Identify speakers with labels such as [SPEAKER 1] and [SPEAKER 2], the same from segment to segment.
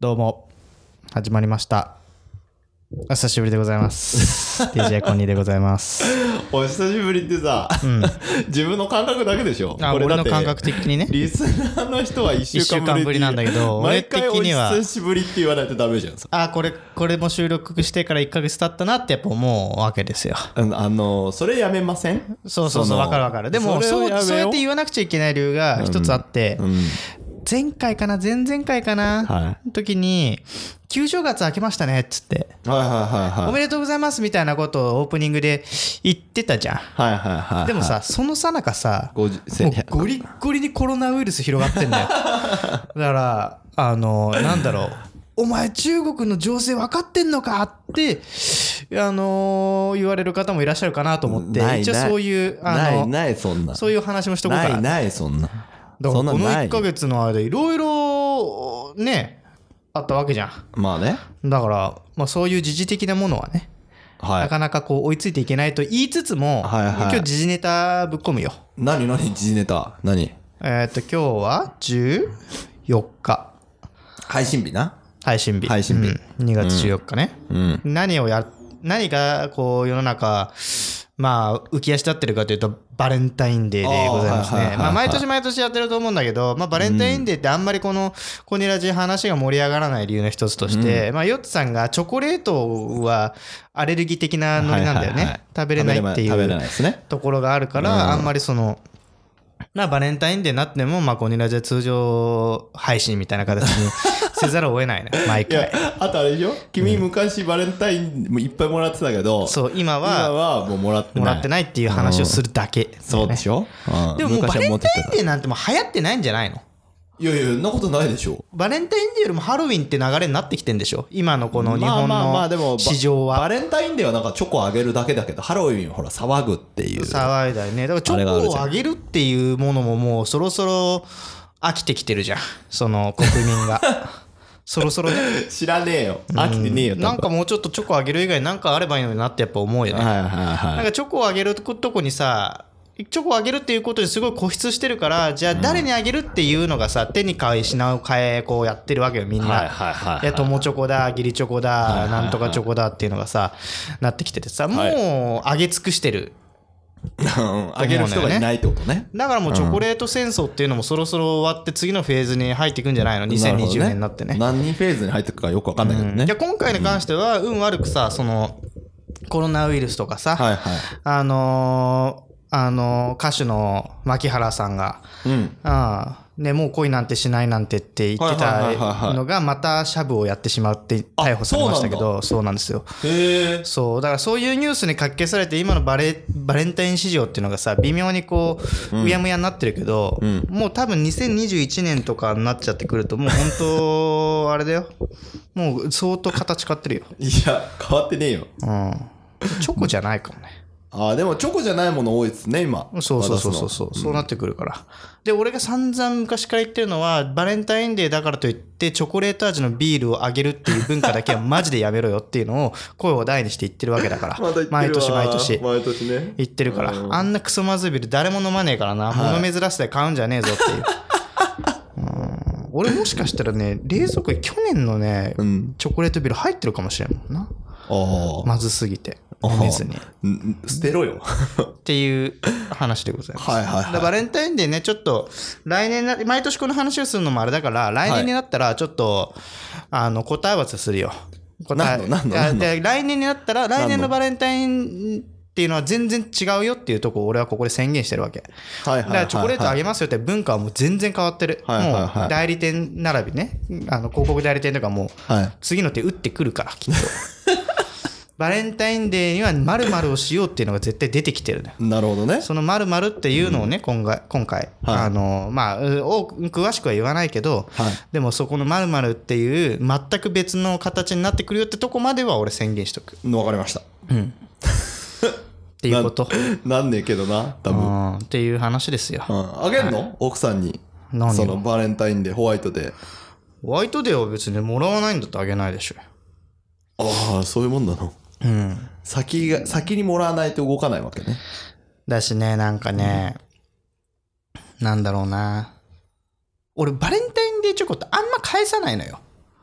[SPEAKER 1] どうも始まりましたお久しぶりでございます DJ コンニーでございます
[SPEAKER 2] お久しぶりってさ、 自分の感覚だけでしょ
[SPEAKER 1] あ
[SPEAKER 2] これ
[SPEAKER 1] 俺
[SPEAKER 2] だ
[SPEAKER 1] の
[SPEAKER 2] って
[SPEAKER 1] 感覚的にね
[SPEAKER 2] リスナーの人は1週間ぶりって
[SPEAKER 1] 一週間ぶりなんだけど
[SPEAKER 2] 毎回
[SPEAKER 1] 俺的には
[SPEAKER 2] お久しぶりって言わないとダメじゃんさ
[SPEAKER 1] あこれこれも収録してから1ヶ月経ったなってやっぱ思うわけですよ
[SPEAKER 2] あのあのそれやめません
[SPEAKER 1] そうそうそう
[SPEAKER 2] の
[SPEAKER 1] わかるわかるでも
[SPEAKER 2] れ
[SPEAKER 1] そ
[SPEAKER 2] を
[SPEAKER 1] う
[SPEAKER 2] めよ
[SPEAKER 1] そうやって言わなくちゃいけない理由が一つあって、
[SPEAKER 2] うん
[SPEAKER 1] 前回かな前々回かな、
[SPEAKER 2] は
[SPEAKER 1] 時に「旧正月明けましたね」っつって
[SPEAKER 2] はいはいはい
[SPEAKER 1] 「お
[SPEAKER 2] はい
[SPEAKER 1] めでとうございます」みたいなことをオープニングで言ってたじゃん
[SPEAKER 2] はいはいはい
[SPEAKER 1] でもさそのさなかさも
[SPEAKER 2] ご
[SPEAKER 1] う
[SPEAKER 2] じせ
[SPEAKER 1] ゴリッゴリにコロナウイルス広がってん だよだからあのなんだろうお前中国の情勢分かってんのかってあの言われる方もいらっしゃるかなと思って
[SPEAKER 2] ない
[SPEAKER 1] 一応
[SPEAKER 2] ない
[SPEAKER 1] そういうあ
[SPEAKER 2] ない
[SPEAKER 1] の
[SPEAKER 2] ないそんな
[SPEAKER 1] そういう話もしとこうか
[SPEAKER 2] な
[SPEAKER 1] ない
[SPEAKER 2] ないそんな
[SPEAKER 1] だか
[SPEAKER 2] そ
[SPEAKER 1] らこ
[SPEAKER 2] んな
[SPEAKER 1] の
[SPEAKER 2] ない
[SPEAKER 1] 1ヶ月の間いろいろねあったわけじゃん
[SPEAKER 2] まあね
[SPEAKER 1] だから、まあ、そういう時事的なものはね、
[SPEAKER 2] は
[SPEAKER 1] ないかなかこう追いついていけないと言いつつも、
[SPEAKER 2] はいはい
[SPEAKER 1] 今日時事ネタぶっ込むよ
[SPEAKER 2] 何何時事ネタ何
[SPEAKER 1] えっ、と今日は14日
[SPEAKER 2] 配信日な
[SPEAKER 1] 配信日
[SPEAKER 2] 配信日
[SPEAKER 1] うん2月14日ね、
[SPEAKER 2] うん
[SPEAKER 1] 何をや何がこう世の中まあ浮き足立ってるかというとバレンタインデーでございます
[SPEAKER 2] あーはいはいは
[SPEAKER 1] ね
[SPEAKER 2] いはい
[SPEAKER 1] まあ毎年毎年やってると思うんだけど、まあ、バレンタインデーってあんまりこのコニラジ話が盛り上がらない理由の一つとして、まあヨッツさんがチョコレートはアレルギー的なノリなんだよね、
[SPEAKER 2] はいはいはい
[SPEAKER 1] 食べれないってい
[SPEAKER 2] 食べれな
[SPEAKER 1] う
[SPEAKER 2] いですね
[SPEAKER 1] ところがあるから、あんまりその。まあ、バレンタインデーになっても、まあ、コニラジは通常配信みたいな形にせざるを得 ないね、毎
[SPEAKER 2] いや
[SPEAKER 1] 回。
[SPEAKER 2] あとあれでしょ君昔バレンタインもいっぱいもらってたけど
[SPEAKER 1] そう、今
[SPEAKER 2] 今
[SPEAKER 1] は、
[SPEAKER 2] はもうもらって
[SPEAKER 1] も
[SPEAKER 2] な
[SPEAKER 1] ら
[SPEAKER 2] い
[SPEAKER 1] ってないっていう話をするだけ、
[SPEAKER 2] そうでしょん
[SPEAKER 1] でももうバ
[SPEAKER 2] 昔
[SPEAKER 1] レ
[SPEAKER 2] は持
[SPEAKER 1] ン
[SPEAKER 2] っ
[SPEAKER 1] タ
[SPEAKER 2] て
[SPEAKER 1] インデーなんてもう流行ってないんじゃないの
[SPEAKER 2] たいやいやそんなことないでしょ
[SPEAKER 1] バレンタインデーよりもハロウィンって流れになってきてんでしょ今のこの日
[SPEAKER 2] まあ
[SPEAKER 1] 本
[SPEAKER 2] まあまあでも
[SPEAKER 1] の
[SPEAKER 2] ば
[SPEAKER 1] 市場は
[SPEAKER 2] バレンタインデーはなんかチョコあげるだけだけどハロウィンはほら騒ぐっていう
[SPEAKER 1] 騒いだよねだからチ
[SPEAKER 2] あれがあ
[SPEAKER 1] ョ
[SPEAKER 2] る
[SPEAKER 1] コ
[SPEAKER 2] じ
[SPEAKER 1] を
[SPEAKER 2] ゃん
[SPEAKER 1] あげるっていうものももうそろそろ飽きてきてるじゃんその国民 がそろそろね
[SPEAKER 2] 知らねえよ飽きてねえよ多分
[SPEAKER 1] なんかもうちょっとチョコあげる以外なんかあればいいのになってやっぱ思うよね
[SPEAKER 2] はいはいは
[SPEAKER 1] なん
[SPEAKER 2] い
[SPEAKER 1] かチョコをあげるとこにさチョコをあげるっていうことにすごい固執してるからじゃあ誰にあげるっていうのがさ手に変え品を変えこうやってるわけよみんな。
[SPEAKER 2] はいはいはいはい
[SPEAKER 1] で友チョコだ義理チョコだなんとかチョコだっていうのがさなってきててさもうあげ尽くしてる
[SPEAKER 2] うんあげる人がいないってことね
[SPEAKER 1] だからもうチョコレート戦争っていうのもそろそろ終わって次のフェーズに入っていくんじゃないの
[SPEAKER 2] なるほ
[SPEAKER 1] 2020
[SPEAKER 2] どね
[SPEAKER 1] 年になってね
[SPEAKER 2] 何人フェーズに入ってくかよくわかんないけどね
[SPEAKER 1] いや今回に関しては運悪くさそのコロナウイルスとかさ、
[SPEAKER 2] はいは
[SPEAKER 1] あのーあのー歌手の牧原さんが、
[SPEAKER 2] いうん
[SPEAKER 1] ああね、もう恋なんてしないなんてって言って
[SPEAKER 2] は
[SPEAKER 1] た
[SPEAKER 2] いはいはいはいはい
[SPEAKER 1] のがまたシャブをやってしまって逮捕されましたけどそうなんですよ
[SPEAKER 2] へえ
[SPEAKER 1] そうだからそういうニュースにかき消されて今のバレバレンタイン市場っていうのがさ微妙にこううやむやになってるけど、もう多分2021年とかになっちゃってくるともう本当あれだよもう相当形変わってるよ、
[SPEAKER 2] いや変わってねえよ
[SPEAKER 1] うん、チョコじゃないかもね
[SPEAKER 2] あーでもチョコじゃないもの多いですね今
[SPEAKER 1] そうそうそうそうそうそうなってくるから、で俺が散々昔から言ってるのはバレンタインデーだからといってチョコレート味のビールをあげるっていう文化だけはマジでやめろよっていうのを 声を大にして言ってるわけだから
[SPEAKER 2] 渡すの まだ
[SPEAKER 1] 毎
[SPEAKER 2] 言って
[SPEAKER 1] 年
[SPEAKER 2] るわ
[SPEAKER 1] 毎年
[SPEAKER 2] 毎年ね
[SPEAKER 1] 言ってるからあんなクソまずいビール誰も飲まねえから な、物珍しさで買うんじゃねえぞっていううん俺もしかしたらね冷蔵庫に去年のね、
[SPEAKER 2] うん
[SPEAKER 1] チョコレートビール入ってるかもしれんもんな
[SPEAKER 2] ああ
[SPEAKER 1] まずすぎて飲めずに
[SPEAKER 2] うん捨てろよ
[SPEAKER 1] っていう話でございます。
[SPEAKER 2] はいはいはい
[SPEAKER 1] だからバレンタインデーね、ちょっと、来年な、毎年この話をするのもあれだから、来年になったら、ちょっと、あの、答え合わせするよ。答え、
[SPEAKER 2] 何の何の
[SPEAKER 1] いや
[SPEAKER 2] 何の
[SPEAKER 1] で来年になったら、来年
[SPEAKER 2] 何
[SPEAKER 1] の
[SPEAKER 2] の
[SPEAKER 1] バレンタインっていうのは全然違うよっていうとこを俺はここで宣言してるわけ。
[SPEAKER 2] はい
[SPEAKER 1] だからチョコレートあげますよって文化はもう全然変わってる。
[SPEAKER 2] はいはいはい
[SPEAKER 1] もう代理店並びね、あの広告代理店とかもう
[SPEAKER 2] はい
[SPEAKER 1] 次の手打ってくるから、 きっと。バレンタインデーには〇〇をしようっていうのが絶対出てきてるね。
[SPEAKER 2] なるほどね
[SPEAKER 1] その〇〇っていうのをね、今回、今回、
[SPEAKER 2] はい
[SPEAKER 1] あの、まあ、う多く詳しくは言わないけど、
[SPEAKER 2] はい
[SPEAKER 1] でもそこの〇〇っていう、全く別の形になってくるよってとこまでは俺宣言しとく。っ
[SPEAKER 2] わかりました
[SPEAKER 1] ていうこと。
[SPEAKER 2] なんねえけどな多
[SPEAKER 1] う
[SPEAKER 2] 分
[SPEAKER 1] ん、っていう話ですよ
[SPEAKER 2] う。んあげんの奥さんに
[SPEAKER 1] 何を
[SPEAKER 2] そのバレンタインでホワイトで
[SPEAKER 1] ホワイトデーは別にもらわないんだってあげないでしょ。
[SPEAKER 2] ああそういうもんなの
[SPEAKER 1] うん。
[SPEAKER 2] 先が先にもらわないと動かないわけね
[SPEAKER 1] だしね、なんかね、なんだろうな。俺、バレンタインデーチョコってあんま返さないのよ。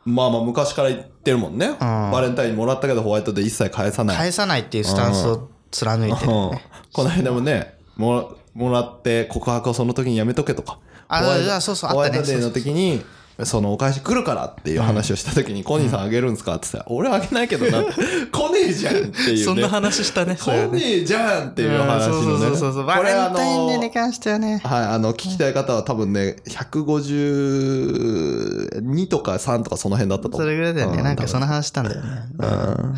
[SPEAKER 2] まあまあ昔から言ってるもんね、バレンタインもらったけどホワイトで一切返さない
[SPEAKER 1] 返さないっていうスタンスを貫いてる、
[SPEAKER 2] うん、この間もねもらもらって告白をその時にやめとけとか
[SPEAKER 1] あ
[SPEAKER 2] ホワイ
[SPEAKER 1] あ
[SPEAKER 2] ト
[SPEAKER 1] そうそう
[SPEAKER 2] ホワ
[SPEAKER 1] あっ
[SPEAKER 2] イ
[SPEAKER 1] たね
[SPEAKER 2] トデーの時にそのお返し来るからっていう話をした時に「コニーさんあげるんですか?」って言ったら「俺あげないけど な」来ねえじゃん」っていう、ね、
[SPEAKER 1] そんな話したねそれ
[SPEAKER 2] 来ね
[SPEAKER 1] ね
[SPEAKER 2] えじゃんっていう話
[SPEAKER 1] うんそ
[SPEAKER 2] の
[SPEAKER 1] う
[SPEAKER 2] ね
[SPEAKER 1] そうそうそう
[SPEAKER 2] こ
[SPEAKER 1] バ
[SPEAKER 2] れ
[SPEAKER 1] レ
[SPEAKER 2] あ
[SPEAKER 1] ン
[SPEAKER 2] の
[SPEAKER 1] タインデーに関してはね
[SPEAKER 2] はい、あの、聞きたい方は多分ね、152とか3とかその辺だったと思
[SPEAKER 1] そ
[SPEAKER 2] う。
[SPEAKER 1] れぐらいだよね、
[SPEAKER 2] う
[SPEAKER 1] なんかそ
[SPEAKER 2] 多
[SPEAKER 1] の話したんだよね、
[SPEAKER 2] 分うん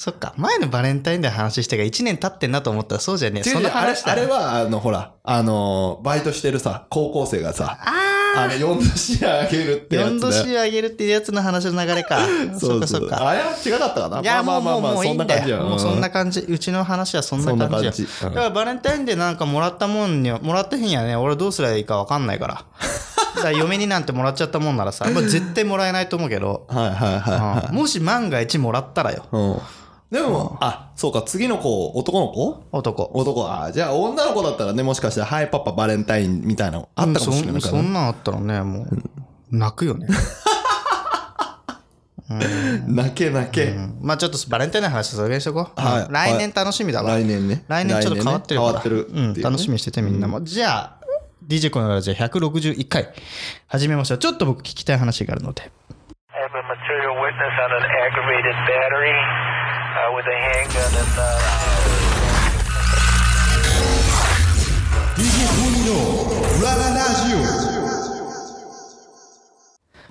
[SPEAKER 1] そっか前のバレンタインデーの話したが1年経ってんなと思ったらそうじゃねえ
[SPEAKER 2] 違う
[SPEAKER 1] そ
[SPEAKER 2] 違
[SPEAKER 1] の
[SPEAKER 2] うあれ
[SPEAKER 1] 話だ
[SPEAKER 2] あれは、あの、ほら、あの、バイトしてるさ、高校生がさ、
[SPEAKER 1] あ
[SPEAKER 2] あの、4度試合あげるって
[SPEAKER 1] ー
[SPEAKER 2] や
[SPEAKER 1] 4
[SPEAKER 2] つ
[SPEAKER 1] 度
[SPEAKER 2] だよ。
[SPEAKER 1] し上げるっていうやつの話の流れかそっかそっか
[SPEAKER 2] あれは違かったかない
[SPEAKER 1] や、
[SPEAKER 2] ま
[SPEAKER 1] も
[SPEAKER 2] あ
[SPEAKER 1] う、
[SPEAKER 2] ま
[SPEAKER 1] もう、も
[SPEAKER 2] あまあまあ、
[SPEAKER 1] ういい
[SPEAKER 2] そん
[SPEAKER 1] ん
[SPEAKER 2] な
[SPEAKER 1] だ
[SPEAKER 2] 感じや
[SPEAKER 1] よ。もうそんな感じ。うちの話はそんな感じや。
[SPEAKER 2] そんな感じうん
[SPEAKER 1] だからバレンタインでなんかもらったもんには、もらった日にはね、俺どうすりゃいいかわかんない から。だから嫁になんてもらっちゃったもんならさ、まあ絶対もらえないと思うけど、
[SPEAKER 2] はいはいはいは
[SPEAKER 1] う んもし万が一もらったらよ、
[SPEAKER 2] い。うん。でも、あ、そうか、次の子、男の子
[SPEAKER 1] 男。
[SPEAKER 2] 男、あ、じゃあ女の子だったらね、もしかしたら、はい、パパ、バレンタインみたいなのあったかもしれない
[SPEAKER 1] そ
[SPEAKER 2] か
[SPEAKER 1] んそ
[SPEAKER 2] らね。
[SPEAKER 1] んなんあったらね、もう、泣くよね。
[SPEAKER 2] 泣け泣け。
[SPEAKER 1] うんまあちょっとバレンタインの話はそれぐらいにしとこう。
[SPEAKER 2] はい
[SPEAKER 1] うん来年楽しみだわ。
[SPEAKER 2] 来年ね。
[SPEAKER 1] 来年ちょっと変わってる
[SPEAKER 2] 来
[SPEAKER 1] から。
[SPEAKER 2] 年ね変わってるっていうね。
[SPEAKER 1] うん、楽しみにしててみんなも。じゃあ、DJ コのラジオ161回始めましょう。ちょっと僕聞きたい話があるので。
[SPEAKER 3] I have a material witness on an aggravated battery uh, with a handgun and. Uh
[SPEAKER 2] DJ ラララジ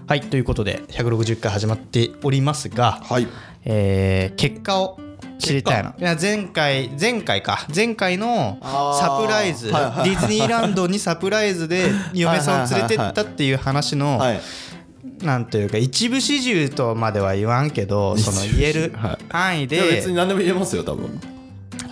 [SPEAKER 1] はい、ということで、160回始まっておりますが、
[SPEAKER 2] オはい。
[SPEAKER 1] えー結果を知りたいの。いや前回、前回か。前回の
[SPEAKER 2] あー
[SPEAKER 1] サプライズ、
[SPEAKER 2] はいはいはい
[SPEAKER 1] ディズニーランドにサプライズで嫁さんを連れてったっていう話の、
[SPEAKER 2] はい。
[SPEAKER 1] なんというか、一部始終とまでは言わんけど、その言える
[SPEAKER 2] はい
[SPEAKER 1] 範囲
[SPEAKER 2] いや
[SPEAKER 1] で
[SPEAKER 2] 別に何でも言えますよ、多分。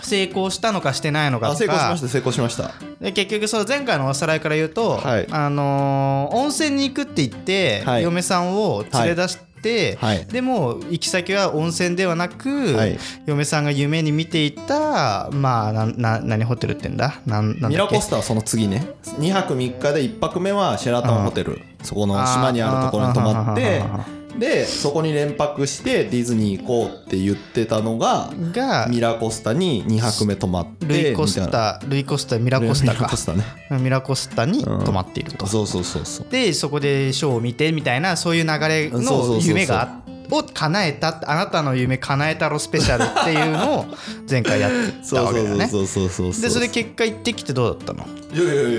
[SPEAKER 1] 成功したのかしてないのかと
[SPEAKER 2] あ、
[SPEAKER 1] か。
[SPEAKER 2] 成功しました、成功しました。
[SPEAKER 1] で結局その前回のおさらいから言うと、
[SPEAKER 2] はい
[SPEAKER 1] あのー温泉に行くって言って、
[SPEAKER 2] はい
[SPEAKER 1] 嫁さんを連れ出して、
[SPEAKER 2] はいはい
[SPEAKER 1] でも行き先は温泉ではなく、
[SPEAKER 2] はい
[SPEAKER 1] 嫁さんが夢に見ていたまあなな何ホテルって言うんだなんなんだっけ
[SPEAKER 2] ミラコスタはその次ね2泊3日で1泊目はシェラトンホテルそこの島にあるところに泊まって
[SPEAKER 1] あ
[SPEAKER 2] でそこに連泊してディズニー行こうって言ってたのが
[SPEAKER 1] が
[SPEAKER 2] ミラコスタに2泊目泊まって
[SPEAKER 1] ルイコ
[SPEAKER 2] み
[SPEAKER 1] ス
[SPEAKER 2] たいな
[SPEAKER 1] タルイコスタミラコスタ
[SPEAKER 2] ミラ
[SPEAKER 1] か
[SPEAKER 2] コスタね
[SPEAKER 1] ミラコスタに泊まっていると、
[SPEAKER 2] そうそうそうそう
[SPEAKER 1] でそこでショーを見てみたいなそういう流れ
[SPEAKER 2] そうそうそうそ
[SPEAKER 1] の
[SPEAKER 2] う
[SPEAKER 1] 夢があを叶えたあなたの夢叶えたろスペシャルっていうのを 前回やってた
[SPEAKER 2] そ
[SPEAKER 1] わ
[SPEAKER 2] う
[SPEAKER 1] けだよね
[SPEAKER 2] そうそうそうそう
[SPEAKER 1] でそれ結果行ってきてどうだったの、
[SPEAKER 2] いやいやいやいや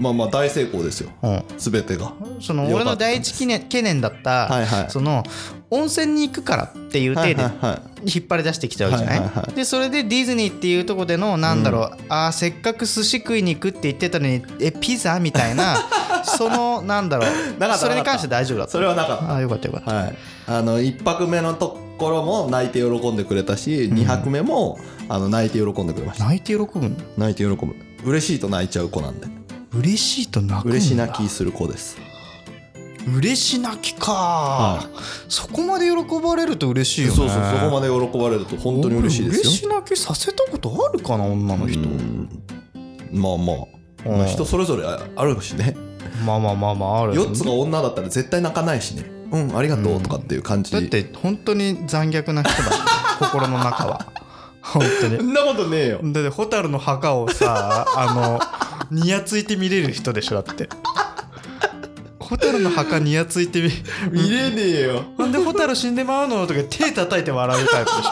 [SPEAKER 2] まあまあ大成功ですよ
[SPEAKER 1] う
[SPEAKER 2] 全てが
[SPEAKER 1] ん、その
[SPEAKER 2] よか
[SPEAKER 1] 俺
[SPEAKER 2] った
[SPEAKER 1] の第一懸念懸念だった、
[SPEAKER 2] はいはい
[SPEAKER 1] その温泉に行くからっていう
[SPEAKER 2] はい
[SPEAKER 1] 体
[SPEAKER 2] は
[SPEAKER 1] で
[SPEAKER 2] いはい
[SPEAKER 1] 引っ張り出してきたわけじゃない,、
[SPEAKER 2] はいはいは
[SPEAKER 1] でそれでディズニーっていうとこでのなんだろう、あーせっかく寿司食いに行くって言ってたのにえピザみたいなそのなんだろう
[SPEAKER 2] なかった
[SPEAKER 1] それに関して大丈夫だった
[SPEAKER 2] それはなかった
[SPEAKER 1] あーよかったよかった、
[SPEAKER 2] はい、あの1泊目のところも泣いて喜んでくれたし、2泊目もあの泣いて喜んでくれました
[SPEAKER 1] 泣いて喜ぶんだ
[SPEAKER 2] 泣いて喜ぶ嬉しいと泣いちゃう子なんで
[SPEAKER 1] 嬉しいと泣くんだ
[SPEAKER 2] 嬉し泣きする子です
[SPEAKER 1] 嬉し泣きか、
[SPEAKER 2] は
[SPEAKER 1] そこまで喜ばれると嬉しいよね
[SPEAKER 2] そうそうそこまで喜ばれると本当に嬉しいです
[SPEAKER 1] 俺
[SPEAKER 2] よ
[SPEAKER 1] 嬉し泣きさせたことあるかな女の人、
[SPEAKER 2] うんまあまあ、
[SPEAKER 1] うん
[SPEAKER 2] まあ人それぞれああるしね
[SPEAKER 1] まあまあまあまあある
[SPEAKER 2] 4つが女だったら絶対泣かないしねうんありがとうとかっていう感じ、
[SPEAKER 1] だって本当に残虐な人だ心の中 は本当
[SPEAKER 2] そ
[SPEAKER 1] に
[SPEAKER 2] んなことねえよ
[SPEAKER 1] だって蛍の墓をさあのに やついて見れる人でしょだって蛍の墓にやついてみ
[SPEAKER 2] 見れねえよ
[SPEAKER 1] なんで蛍死んでまうのとか手叩いて笑うタイプでしょ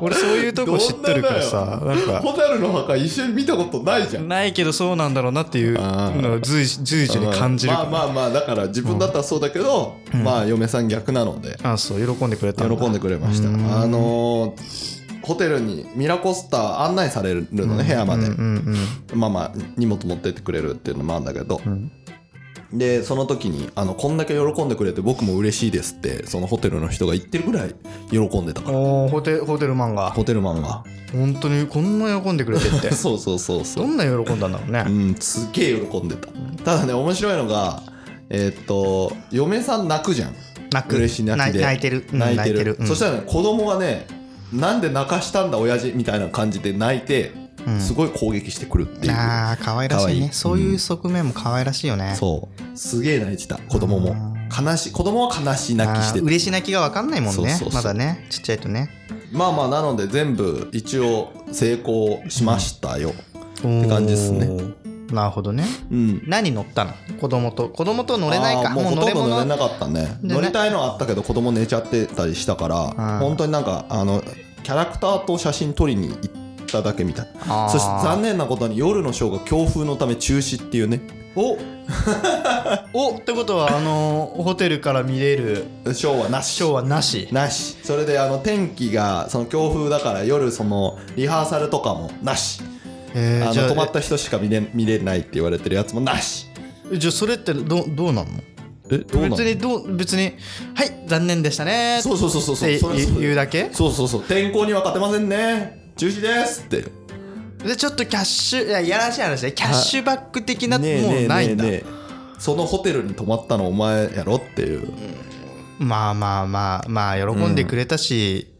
[SPEAKER 1] 俺そういうとこ知ってるからさなんか
[SPEAKER 2] 蛍の墓一緒に見たことないじゃん
[SPEAKER 1] ないけどそうなんだろうなっていう
[SPEAKER 2] あー
[SPEAKER 1] のを随時随時に感じるか
[SPEAKER 2] ま
[SPEAKER 1] ら、
[SPEAKER 2] あまあまあだから自分だったらそうだけど、まあ嫁さん逆なので
[SPEAKER 1] あそう喜んでくれたんだ
[SPEAKER 2] 喜んでくれました
[SPEAKER 1] うん
[SPEAKER 2] あのーホテルにミラコスタ案内されるのね部屋まで
[SPEAKER 1] うんうん
[SPEAKER 2] まあまあ荷物持ってってくれるっていうのもあるんだけど
[SPEAKER 1] うん
[SPEAKER 2] でその時にあのこんだけ喜んでくれて僕も嬉しいですってそのホテルの人が言ってるぐらい喜んでた
[SPEAKER 1] う
[SPEAKER 2] か
[SPEAKER 1] ん
[SPEAKER 2] ら
[SPEAKER 1] おーホテホテルマンが
[SPEAKER 2] ホテルマ ンが
[SPEAKER 1] 本当にこんな喜んでくれてって
[SPEAKER 2] そうそうそうそ
[SPEAKER 1] ど
[SPEAKER 2] うん
[SPEAKER 1] な喜んだんだろうね、
[SPEAKER 2] うんすげえ喜んでたただね面白いのがえーっと嫁さん泣くじゃん
[SPEAKER 1] 泣く
[SPEAKER 2] 嬉し泣きで
[SPEAKER 1] な泣いてるうん
[SPEAKER 2] 泣いてる,、
[SPEAKER 1] うん
[SPEAKER 2] そしたらね子供がねなんで泣かしたんだ親父みたいな感じで泣いて、
[SPEAKER 1] うん
[SPEAKER 2] すごい攻撃してくるっていう
[SPEAKER 1] あー可愛らしいね
[SPEAKER 2] 可愛い
[SPEAKER 1] そういう側面も可愛らしいよね、
[SPEAKER 2] そうすげえ泣いてた子供も悲しい子供は悲し泣きし
[SPEAKER 1] あー
[SPEAKER 2] てた
[SPEAKER 1] 嬉し泣きが分かんないもん
[SPEAKER 2] そう
[SPEAKER 1] ね
[SPEAKER 2] そうそう
[SPEAKER 1] まだねちっちゃいとね
[SPEAKER 2] まあまあなので全部一応成功しましたよ、
[SPEAKER 1] って
[SPEAKER 2] 感じっすね
[SPEAKER 1] なるほどね
[SPEAKER 2] うん
[SPEAKER 1] 何乗ったの子供と子供と乗れない
[SPEAKER 2] あ
[SPEAKER 1] か
[SPEAKER 2] ーもうほとんど乗れな
[SPEAKER 1] 物
[SPEAKER 2] かったね
[SPEAKER 1] でね
[SPEAKER 2] 乗りたいのはあったけど子供寝ちゃってたりしたから
[SPEAKER 1] ん
[SPEAKER 2] 本当になんかあのキャラクターと写真撮りに行っただけみたい
[SPEAKER 1] あー
[SPEAKER 2] そして残念なことに夜のショーが強風のため中止っていうね
[SPEAKER 1] おおってことはあのーホテルから見れる
[SPEAKER 2] ショーはなし
[SPEAKER 1] ショーはなし
[SPEAKER 2] なしそれであの天気がその強風だから夜そのリハーサルとかもなし
[SPEAKER 1] えー
[SPEAKER 2] あ
[SPEAKER 1] じゃ
[SPEAKER 2] の
[SPEAKER 1] あ
[SPEAKER 2] 泊まった人しか見れ見れないって言われてるやつもなし
[SPEAKER 1] えじゃあそれってどどうなんの
[SPEAKER 2] えどうなの
[SPEAKER 1] 別にどう別にはい残念でしたね
[SPEAKER 2] そうそうそうそうそう
[SPEAKER 1] って
[SPEAKER 2] それそれ
[SPEAKER 1] 言うだけ
[SPEAKER 2] そうそうそう天候には勝てませんね中止ですって
[SPEAKER 1] でちょっとキャッシュいやいやらしい話ねキャッシュバック的なも
[SPEAKER 2] ねえね
[SPEAKER 1] う
[SPEAKER 2] え
[SPEAKER 1] ないんだ
[SPEAKER 2] ねえねえそのホテルに泊まったのお前やろっていう
[SPEAKER 1] まあまあまあまあ喜んでくれたし、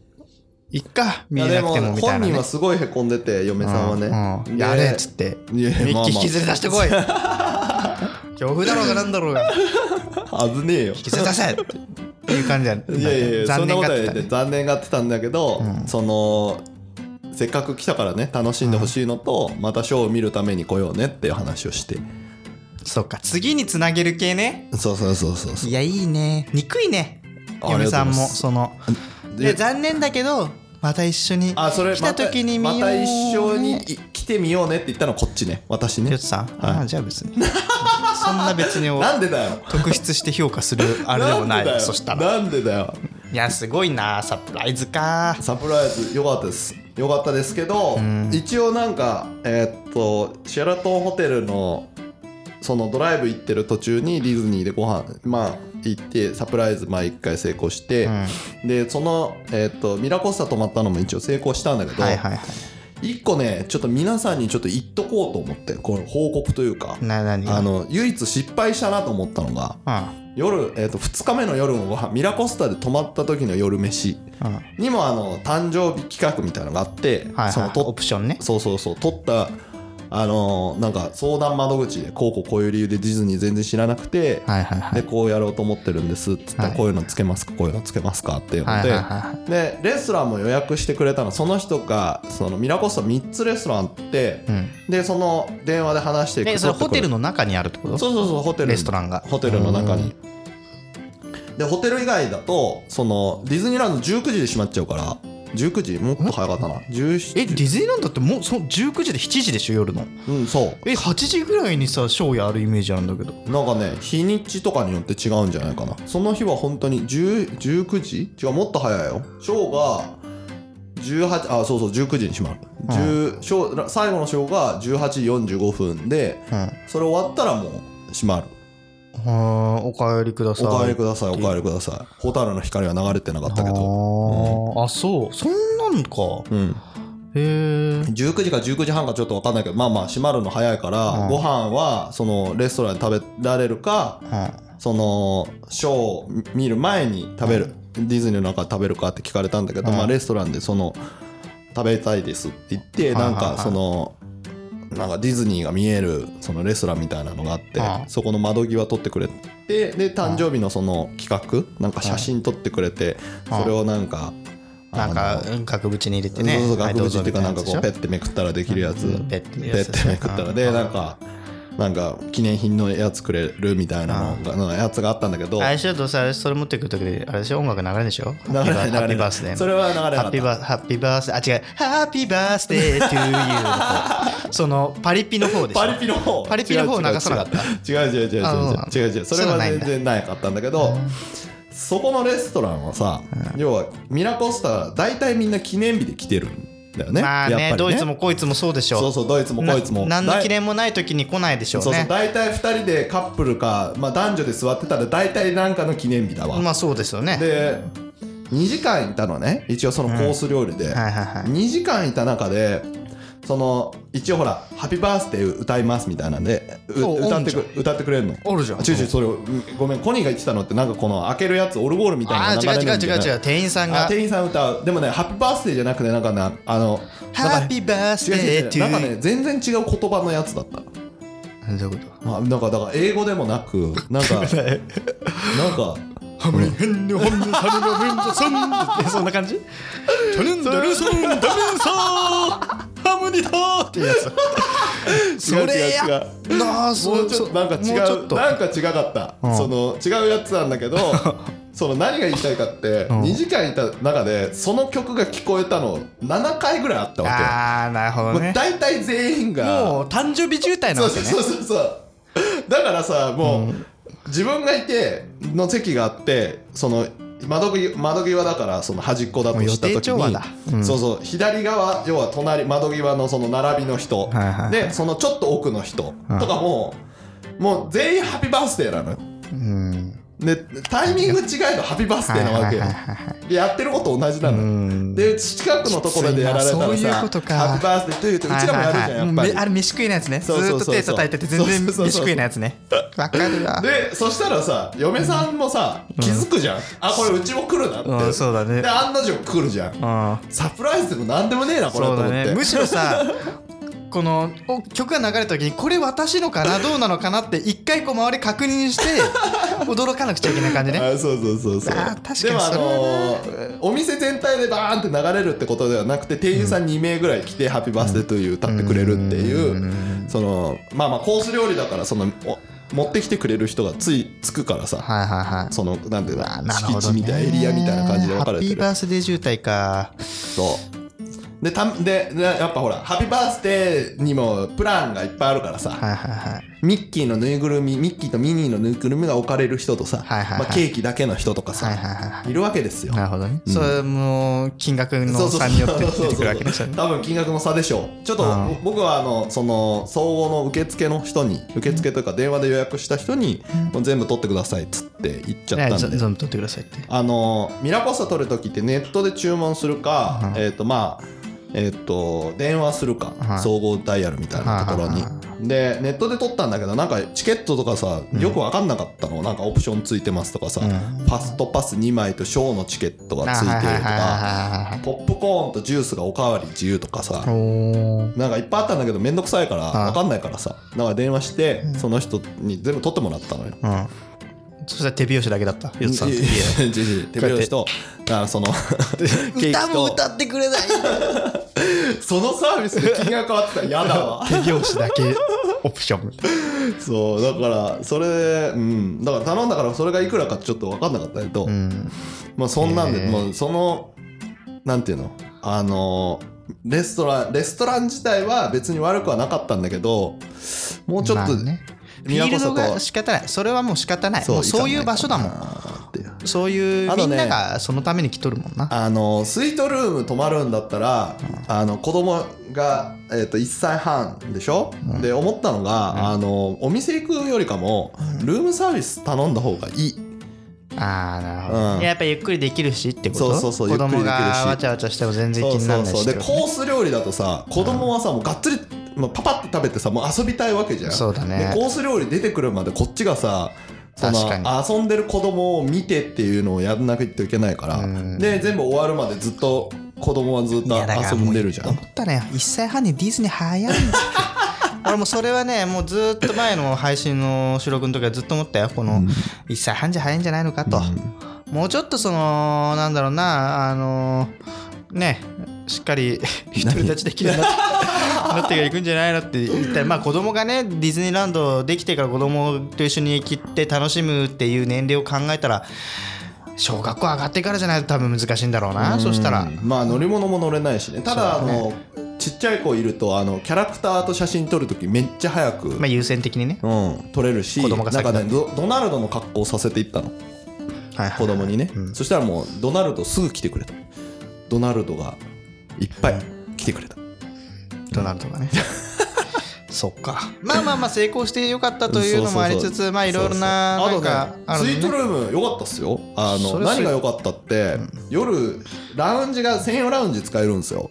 [SPEAKER 1] いっか見えなくてもみたい
[SPEAKER 2] 本
[SPEAKER 1] な、ね、
[SPEAKER 2] 人はすごいへこんでて嫁さんはね、
[SPEAKER 1] うんうん
[SPEAKER 2] で
[SPEAKER 1] やれっつって
[SPEAKER 2] い
[SPEAKER 1] ミ
[SPEAKER 2] やまあ
[SPEAKER 1] ッ
[SPEAKER 2] まあ
[SPEAKER 1] キー引きずり出してこい恐怖だろうがなんだろうが
[SPEAKER 2] 危ねえよ
[SPEAKER 1] 引きずり出せっていう感じだよ
[SPEAKER 2] いやいやいや
[SPEAKER 1] 残
[SPEAKER 2] そんな
[SPEAKER 1] 念
[SPEAKER 2] こ
[SPEAKER 1] が
[SPEAKER 2] と
[SPEAKER 1] っ
[SPEAKER 2] は
[SPEAKER 1] てた
[SPEAKER 2] 言って
[SPEAKER 1] ね
[SPEAKER 2] 残念がってたんだけど、そのせっかく来たからね楽しんでほしいのと、またショーを見るために来ようねっていう話をして
[SPEAKER 1] そっか次につなげる系ね
[SPEAKER 2] そうそうそうそうそう
[SPEAKER 1] いやいいね憎いね
[SPEAKER 2] あ
[SPEAKER 1] 嫁さんも
[SPEAKER 2] ありがとうございます
[SPEAKER 1] その
[SPEAKER 2] で
[SPEAKER 1] で残念だけどまた一緒に
[SPEAKER 2] あそれ
[SPEAKER 1] 来た時に見よ
[SPEAKER 2] ま
[SPEAKER 1] う、ね、
[SPEAKER 2] たまた一緒にい来てみようねって言ったのこっちね私
[SPEAKER 1] りょ
[SPEAKER 2] ね
[SPEAKER 1] うちさん、あじゃあ別にそんな別にを
[SPEAKER 2] なんでだよ
[SPEAKER 1] 特筆して評価するあれでもなんい
[SPEAKER 2] でだよ
[SPEAKER 1] そしたら
[SPEAKER 2] なんでだよ
[SPEAKER 1] いやすごいなサプライズか
[SPEAKER 2] サプライズ良かったです良かったですけど、一応なんかえーっとシェラトンホテルのそのドライブ行ってる途中にディズニーでご飯まあ行ってサプライズまあ1回成功して、でその、えーっとミラコスタ泊まったのも一応成功したんだけど、
[SPEAKER 1] はいはいは
[SPEAKER 2] 一個ねちょっと皆さんにちょっと言っとこうと思ってこの報告というか
[SPEAKER 1] いな何
[SPEAKER 2] あの唯一失敗したなと思ったのが
[SPEAKER 1] うん
[SPEAKER 2] 夜、えーっと2日目の夜のご飯ミラコスタで泊まった時の夜飯
[SPEAKER 1] うん
[SPEAKER 2] にもあの誕生日企画みたいなのがあって、
[SPEAKER 1] はい
[SPEAKER 2] その
[SPEAKER 1] はい、オ
[SPEAKER 2] と
[SPEAKER 1] プションね。
[SPEAKER 2] そうそうそう取ったあのーなんか相談窓口でこうこうこういう理由でディズニー全然知らなくて、
[SPEAKER 1] はいはいはい。
[SPEAKER 2] でこうやろうと思ってるんですっつったら、
[SPEAKER 1] はい
[SPEAKER 2] こういうのつけますかこういうのつけますかっていうの
[SPEAKER 1] はい
[SPEAKER 2] で、
[SPEAKER 1] はいは
[SPEAKER 2] でレストランも予約してくれたのその人がそのミラコスタ3つレストランあって、
[SPEAKER 1] い。うん。
[SPEAKER 2] でその電話で話していく
[SPEAKER 1] え、それホテル
[SPEAKER 2] の
[SPEAKER 1] の中にあるってこと
[SPEAKER 2] そうそうそうホテルの
[SPEAKER 1] レストランが。
[SPEAKER 2] ホテルの中に。で、ホテル以外だと、その、ディズニーランド19時で閉まっちゃうから、19時もっと早かったな。
[SPEAKER 1] え、
[SPEAKER 2] 17
[SPEAKER 1] ディズニーランドってもうその19時で7時でしょ、夜の。
[SPEAKER 2] うん、そう。
[SPEAKER 1] え、8時ぐらいにさ、ショーやるイメージあるんだけど。
[SPEAKER 2] なんかね、日にちとかによって違うんじゃないかな。その日は本当に10 19時違う、もっと早いよ。ショーが、18あそうそう19時に閉まる、10ショー最後のショーが18時45分で
[SPEAKER 1] うん。
[SPEAKER 2] それ終わったらもう閉まる
[SPEAKER 1] はーお帰りください。
[SPEAKER 2] お帰りく
[SPEAKER 1] だ
[SPEAKER 2] ださいお帰りください蛍の光は流れてなかったけど
[SPEAKER 1] あーあ、そう。そんなんか。
[SPEAKER 2] うん
[SPEAKER 1] へえ。
[SPEAKER 2] 19時か19時半かちょっと分かんないけどまあまあ閉まるの早いから、
[SPEAKER 1] うん
[SPEAKER 2] ご飯はそのレストランで食べられるか
[SPEAKER 1] うん
[SPEAKER 2] そのショーを見る前に食べる、ディズニーの中で食べるかって聞かれたんだけど、
[SPEAKER 1] うん
[SPEAKER 2] まあレストランでその食べたいですって言って、
[SPEAKER 1] はいはい
[SPEAKER 2] な
[SPEAKER 1] はい
[SPEAKER 2] んかそのなんかディズニーが見えるそのレストランみたいなのがあって、
[SPEAKER 1] うん
[SPEAKER 2] そこの窓際取ってくれてで誕生日のその企画なんか写真撮ってくれて、
[SPEAKER 1] うん
[SPEAKER 2] それをなんか、
[SPEAKER 1] なん
[SPEAKER 2] あ
[SPEAKER 1] か
[SPEAKER 2] の、
[SPEAKER 1] うん額縁に入れてね。
[SPEAKER 2] そうそう
[SPEAKER 1] はい
[SPEAKER 2] 額
[SPEAKER 1] ど
[SPEAKER 2] 縁っ
[SPEAKER 1] ぞ
[SPEAKER 2] ていうかなんか
[SPEAKER 1] み
[SPEAKER 2] こ
[SPEAKER 1] た
[SPEAKER 2] う
[SPEAKER 1] い
[SPEAKER 2] ペ
[SPEAKER 1] なやつでしょ
[SPEAKER 2] ッてめくったらできるやつ、
[SPEAKER 1] うんペッてめくるやつ
[SPEAKER 2] ペッてめくったらで
[SPEAKER 1] うん
[SPEAKER 2] なんかなんか記念品のやつくれるみたいなのがのやつがあったんだけど
[SPEAKER 1] あれでしょどうせあれそれ持ってくるときであれでしょ音楽流れるでしょ
[SPEAKER 2] 流れない
[SPEAKER 1] ハッ
[SPEAKER 2] 流
[SPEAKER 1] ピー
[SPEAKER 2] れな
[SPEAKER 1] バー
[SPEAKER 2] い
[SPEAKER 1] スデーの
[SPEAKER 2] それは流れな
[SPEAKER 1] ハ
[SPEAKER 2] か
[SPEAKER 1] ッ
[SPEAKER 2] っ
[SPEAKER 1] ピー
[SPEAKER 2] た
[SPEAKER 1] バーハッピーバースデーあ違うハッピーバースデー to you の方そのパリピの方でしょ
[SPEAKER 2] パリピの方
[SPEAKER 1] パリピの方
[SPEAKER 2] 違う違う
[SPEAKER 1] 流さなかった
[SPEAKER 2] 違う違う違う違う
[SPEAKER 1] あそうな
[SPEAKER 2] 違う違う違うそれは全然なかったんだけどそこのレストランはさ要はミラコスタ大体みんな記念日で来てるんだよね
[SPEAKER 1] まあね
[SPEAKER 2] やっぱり
[SPEAKER 1] ドイツもこいつもそうでしょ
[SPEAKER 2] そうそうドイツもこいつも
[SPEAKER 1] な何の記念もない時に来ないでしょう
[SPEAKER 2] そうそう
[SPEAKER 1] ね
[SPEAKER 2] 大体2人でカップルか、まあ、男女で座ってたら大体なんかの記念日だわ、
[SPEAKER 1] まあそうですよね
[SPEAKER 2] で2時間いたのね一応そのコース料理で、
[SPEAKER 1] はいはいはい
[SPEAKER 2] 2時間いた中でその一応ほら「ハッピーバースデー歌います」みたいなんでう
[SPEAKER 1] お
[SPEAKER 2] 歌って
[SPEAKER 1] お
[SPEAKER 2] く
[SPEAKER 1] んじ
[SPEAKER 2] 歌ってくれるの
[SPEAKER 1] おるじゃん
[SPEAKER 2] あ違う違うそれうんごめんコニーが言ってたのってなんかこの開けるやつオルゴールみたいな
[SPEAKER 1] あ
[SPEAKER 2] の
[SPEAKER 1] ー
[SPEAKER 2] が流
[SPEAKER 1] 違
[SPEAKER 2] れ
[SPEAKER 1] う違
[SPEAKER 2] るん
[SPEAKER 1] う
[SPEAKER 2] じゃ
[SPEAKER 1] 違違
[SPEAKER 2] ないう
[SPEAKER 1] う店員さん
[SPEAKER 2] あ
[SPEAKER 1] が
[SPEAKER 2] 店員さん歌うでもね「ハッピーバースデー」じゃなくてなんかねあの
[SPEAKER 1] ハッピ
[SPEAKER 2] ー
[SPEAKER 1] ーバースデー to
[SPEAKER 2] なんか
[SPEAKER 1] you
[SPEAKER 2] ね全然違う言葉のやつだった
[SPEAKER 1] どういうこと
[SPEAKER 2] まあ、なんかだから英語でもなくなん かなんか
[SPEAKER 1] ハムリンヘンリホンサルロヘンドソンってそんな感じトレンドルソンダメンサーハムリターってやつそれや
[SPEAKER 2] 違う違う違う
[SPEAKER 1] なあ
[SPEAKER 2] も
[SPEAKER 1] そう
[SPEAKER 2] ちょっとなんか違
[SPEAKER 1] もちょ
[SPEAKER 2] う
[SPEAKER 1] っと
[SPEAKER 2] なんか違かった、
[SPEAKER 1] うん
[SPEAKER 2] その違うやつなんだけ どその何が言いたいかって、
[SPEAKER 1] ん
[SPEAKER 2] 2時間いた中でその曲が聞こえたの7回ぐらいあったわ
[SPEAKER 1] ああなるほど
[SPEAKER 2] けも
[SPEAKER 1] ね
[SPEAKER 2] う大体全員が
[SPEAKER 1] もう誕生日渋滞な
[SPEAKER 2] そ
[SPEAKER 1] わ
[SPEAKER 2] う
[SPEAKER 1] けね
[SPEAKER 2] そうそうそうだからさもう、自分がいての席があってその窓際窓際だからその端っこだとした
[SPEAKER 1] もう予定
[SPEAKER 2] 時
[SPEAKER 1] 調和
[SPEAKER 2] に
[SPEAKER 1] だうん
[SPEAKER 2] そうそう左側要は隣窓際のその並びの人、
[SPEAKER 1] はいはい
[SPEAKER 2] でそのちょっと奥の人
[SPEAKER 1] うん
[SPEAKER 2] とかも、もう全員ハッピーバースデーなのよ
[SPEAKER 1] うん
[SPEAKER 2] でタイミング違いのハッピーバースデーなわけよ
[SPEAKER 1] はいはいはいは
[SPEAKER 2] でやってること同じな
[SPEAKER 1] う
[SPEAKER 2] のよ、
[SPEAKER 1] ん
[SPEAKER 2] で近くのところでやられたらさ
[SPEAKER 1] そういう
[SPEAKER 2] ハ
[SPEAKER 1] こと
[SPEAKER 2] ッピ
[SPEAKER 1] か
[SPEAKER 2] ーバースデーというとうちらもやるじ
[SPEAKER 1] はいはい
[SPEAKER 2] ゃん、
[SPEAKER 1] はい
[SPEAKER 2] やっぱり
[SPEAKER 1] もうめあれ飯食いのやつねず
[SPEAKER 2] そうそ
[SPEAKER 1] ー
[SPEAKER 2] う
[SPEAKER 1] っ
[SPEAKER 2] そ
[SPEAKER 1] と
[SPEAKER 2] うそう
[SPEAKER 1] 手叩いてて全然
[SPEAKER 2] そうそうそうそう
[SPEAKER 1] 飯食いのやつねわかるわ
[SPEAKER 2] でそしたらさ嫁さんもさ気づくじゃん、あこれうちも来るなって、
[SPEAKER 1] うんそうだね
[SPEAKER 2] で案の定来るじゃん
[SPEAKER 1] うん
[SPEAKER 2] サプライズでも何でもねえなこれと
[SPEAKER 1] そう
[SPEAKER 2] 思
[SPEAKER 1] だ
[SPEAKER 2] って、
[SPEAKER 1] ねむしろさこのお曲が流れた時にこれ私のかなどうなのかなって一回こう周り確認して驚かなくちゃいけない感じね
[SPEAKER 2] あそうそうそうそう
[SPEAKER 1] あ確かに
[SPEAKER 2] でもあ
[SPEAKER 1] それ
[SPEAKER 2] のーお店全体でバーンって流れるってことではなくて店員さん2名ぐらい来て「ハッピーバースデーという歌ってくれるっていうそのまあまあコース料理だからそのお持ってきてくれる人がついつくからさ
[SPEAKER 1] はいはいはい
[SPEAKER 2] そのなんていうの
[SPEAKER 1] あ
[SPEAKER 2] 敷地みたいなエリアみたいな感じで分か
[SPEAKER 1] ハ
[SPEAKER 2] れ
[SPEAKER 1] ッ
[SPEAKER 2] て
[SPEAKER 1] ピー
[SPEAKER 2] る
[SPEAKER 1] バースデー渋滞か
[SPEAKER 2] そうでたででやっぱほら「ハッピーバースデー」にもプランがいっぱいあるからさ、
[SPEAKER 1] はいはいはい
[SPEAKER 2] ミッキーのぬいぐるみミッキーとミニーのぬいぐるみが置かれる人とさ、
[SPEAKER 1] はいはいはい
[SPEAKER 2] まあ、ケーキだけの人とかさ、
[SPEAKER 1] はい
[SPEAKER 2] い
[SPEAKER 1] はいはいはい
[SPEAKER 2] るわけですよ
[SPEAKER 1] なるほどね、それも金額の差によって出てくるわけで しょね
[SPEAKER 2] 多分金額の差でしょうちょっと
[SPEAKER 1] うん
[SPEAKER 2] 僕はあのその総合の受付の人に受付というか電話で予約した人にもう全部取ってくださいっつって言っちゃ
[SPEAKER 1] いや
[SPEAKER 2] った
[SPEAKER 1] ゾ
[SPEAKER 2] んで
[SPEAKER 1] ゾン取ってくださいって
[SPEAKER 2] あのミラコスタ取る時ってネットで注文するか、
[SPEAKER 1] うん
[SPEAKER 2] えっ、とまあえっ、と電話するか、
[SPEAKER 1] はい
[SPEAKER 2] 総合ダイヤルみたいなところに、
[SPEAKER 1] はいはい
[SPEAKER 2] でネットで取ったんだけどなんかチケットとかさよく分かんなかったの、なんかオプションついてますとかさ、
[SPEAKER 1] うん
[SPEAKER 2] ファストパス2枚とショーのチケットがついてると
[SPEAKER 1] あはいはい
[SPEAKER 2] か
[SPEAKER 1] はいはいはい
[SPEAKER 2] ポップコーンとジュースがおかわり自由とかさ、
[SPEAKER 1] おー
[SPEAKER 2] なんかいっぱいあったんだけどめんどくさいから
[SPEAKER 1] い
[SPEAKER 2] 分かんないからさだから電話してその人に全部取ってもらったのよ。
[SPEAKER 1] うんそしたら手拍子だけだった
[SPEAKER 2] い
[SPEAKER 1] 言ってたんです家で
[SPEAKER 2] やいやジェジェ手拍子とだか らそのケーキ
[SPEAKER 1] 歌も
[SPEAKER 2] と
[SPEAKER 1] 歌ってくれない
[SPEAKER 2] そのサービスで金額変わってたら嫌だわ
[SPEAKER 1] 手拍子だ けオプション
[SPEAKER 2] そうだからそれうんだから頼んだからそれがいくらかちょっと分かんなかったけど、
[SPEAKER 1] うん
[SPEAKER 2] まあそんなんで、
[SPEAKER 1] へー
[SPEAKER 2] もうそのなんていうのあのレストランレストラン自体は別に悪くはなかったんだけどもうちょっと、
[SPEAKER 1] まあねフィ
[SPEAKER 2] 宮
[SPEAKER 1] ー
[SPEAKER 2] 古
[SPEAKER 1] ル
[SPEAKER 2] 里
[SPEAKER 1] ドが仕方ないそれはもう仕方ないもうそういう場所だもん
[SPEAKER 2] ん
[SPEAKER 1] そういう
[SPEAKER 2] あ
[SPEAKER 1] み
[SPEAKER 2] とね
[SPEAKER 1] んながそのために来とるもんな
[SPEAKER 2] あのスイートルーム泊まるんだったら、あの子供がえっ、と1歳半でしょ、で思ったのが、あのお店行くよりかもルームサービス頼んだ方がいい、
[SPEAKER 1] ああなるほど、
[SPEAKER 2] うん
[SPEAKER 1] やっぱゆっくりできるしってこと
[SPEAKER 2] そうそうそう
[SPEAKER 1] 子供
[SPEAKER 2] ゆっくりできる
[SPEAKER 1] が
[SPEAKER 2] し
[SPEAKER 1] わちゃわちゃしても全然気にならないし
[SPEAKER 2] で
[SPEAKER 1] ってこと
[SPEAKER 2] コース料理だとさ子供はさもうがっつり、まあ、パパって食べてさもう遊びたいわけじゃん
[SPEAKER 1] そうだね
[SPEAKER 2] でコース料理出てくるまでこっちがさその
[SPEAKER 1] 確
[SPEAKER 2] 遊んでる子供を見てっていうのをやらなきゃいけないから、
[SPEAKER 1] うん
[SPEAKER 2] で全部終わるまでずっと子供はずっと
[SPEAKER 1] いやだから
[SPEAKER 2] 遊
[SPEAKER 1] もうん
[SPEAKER 2] でるじゃん
[SPEAKER 1] 思ったね1歳半にディズニー早いんだよ 俺もそれはねもうずーっと前の配信の収録の時はずっと思ったよこの1歳半じゃ早いんじゃないのかと、もうちょっとそのなんだろうなあのねしっかり独り立ちできるようになって なっていくんじゃないのって言ったらまあ子供がねディズニーランドできてから子供と一緒に行って楽しむっていう年齢を考えたら小学校上がってからじゃないと多分難しいんだろうなそしたら
[SPEAKER 2] まあ乗り物も乗れないしねただあ
[SPEAKER 1] そうだ
[SPEAKER 2] のちっちゃい子いるとあのキャラクターと写真撮るときめっちゃ早く、
[SPEAKER 1] まあ優先的にね
[SPEAKER 2] うん、撮れるし
[SPEAKER 1] 子供が先
[SPEAKER 2] なん
[SPEAKER 1] だ
[SPEAKER 2] かねドドナルドの格好をさせていったの
[SPEAKER 1] はいはい
[SPEAKER 2] 子供にね、そしたらもうドナルドすぐ来てくれたドナルドがいっぱい来てくれた、
[SPEAKER 1] ドナルドが ねそっかまあまあまあ成功してよかったというのもありつつまあいろいろな
[SPEAKER 2] そ
[SPEAKER 1] な
[SPEAKER 2] う
[SPEAKER 1] ん
[SPEAKER 2] そうそう
[SPEAKER 1] か
[SPEAKER 2] あ
[SPEAKER 1] あ
[SPEAKER 2] と
[SPEAKER 1] る
[SPEAKER 2] ね
[SPEAKER 1] の
[SPEAKER 2] スイート
[SPEAKER 1] ね
[SPEAKER 2] ルーム良かったっすよあ
[SPEAKER 1] そ
[SPEAKER 2] の
[SPEAKER 1] れは
[SPEAKER 2] 何が良かったって、夜ラウンジが専用ラウンジ使えるんですよ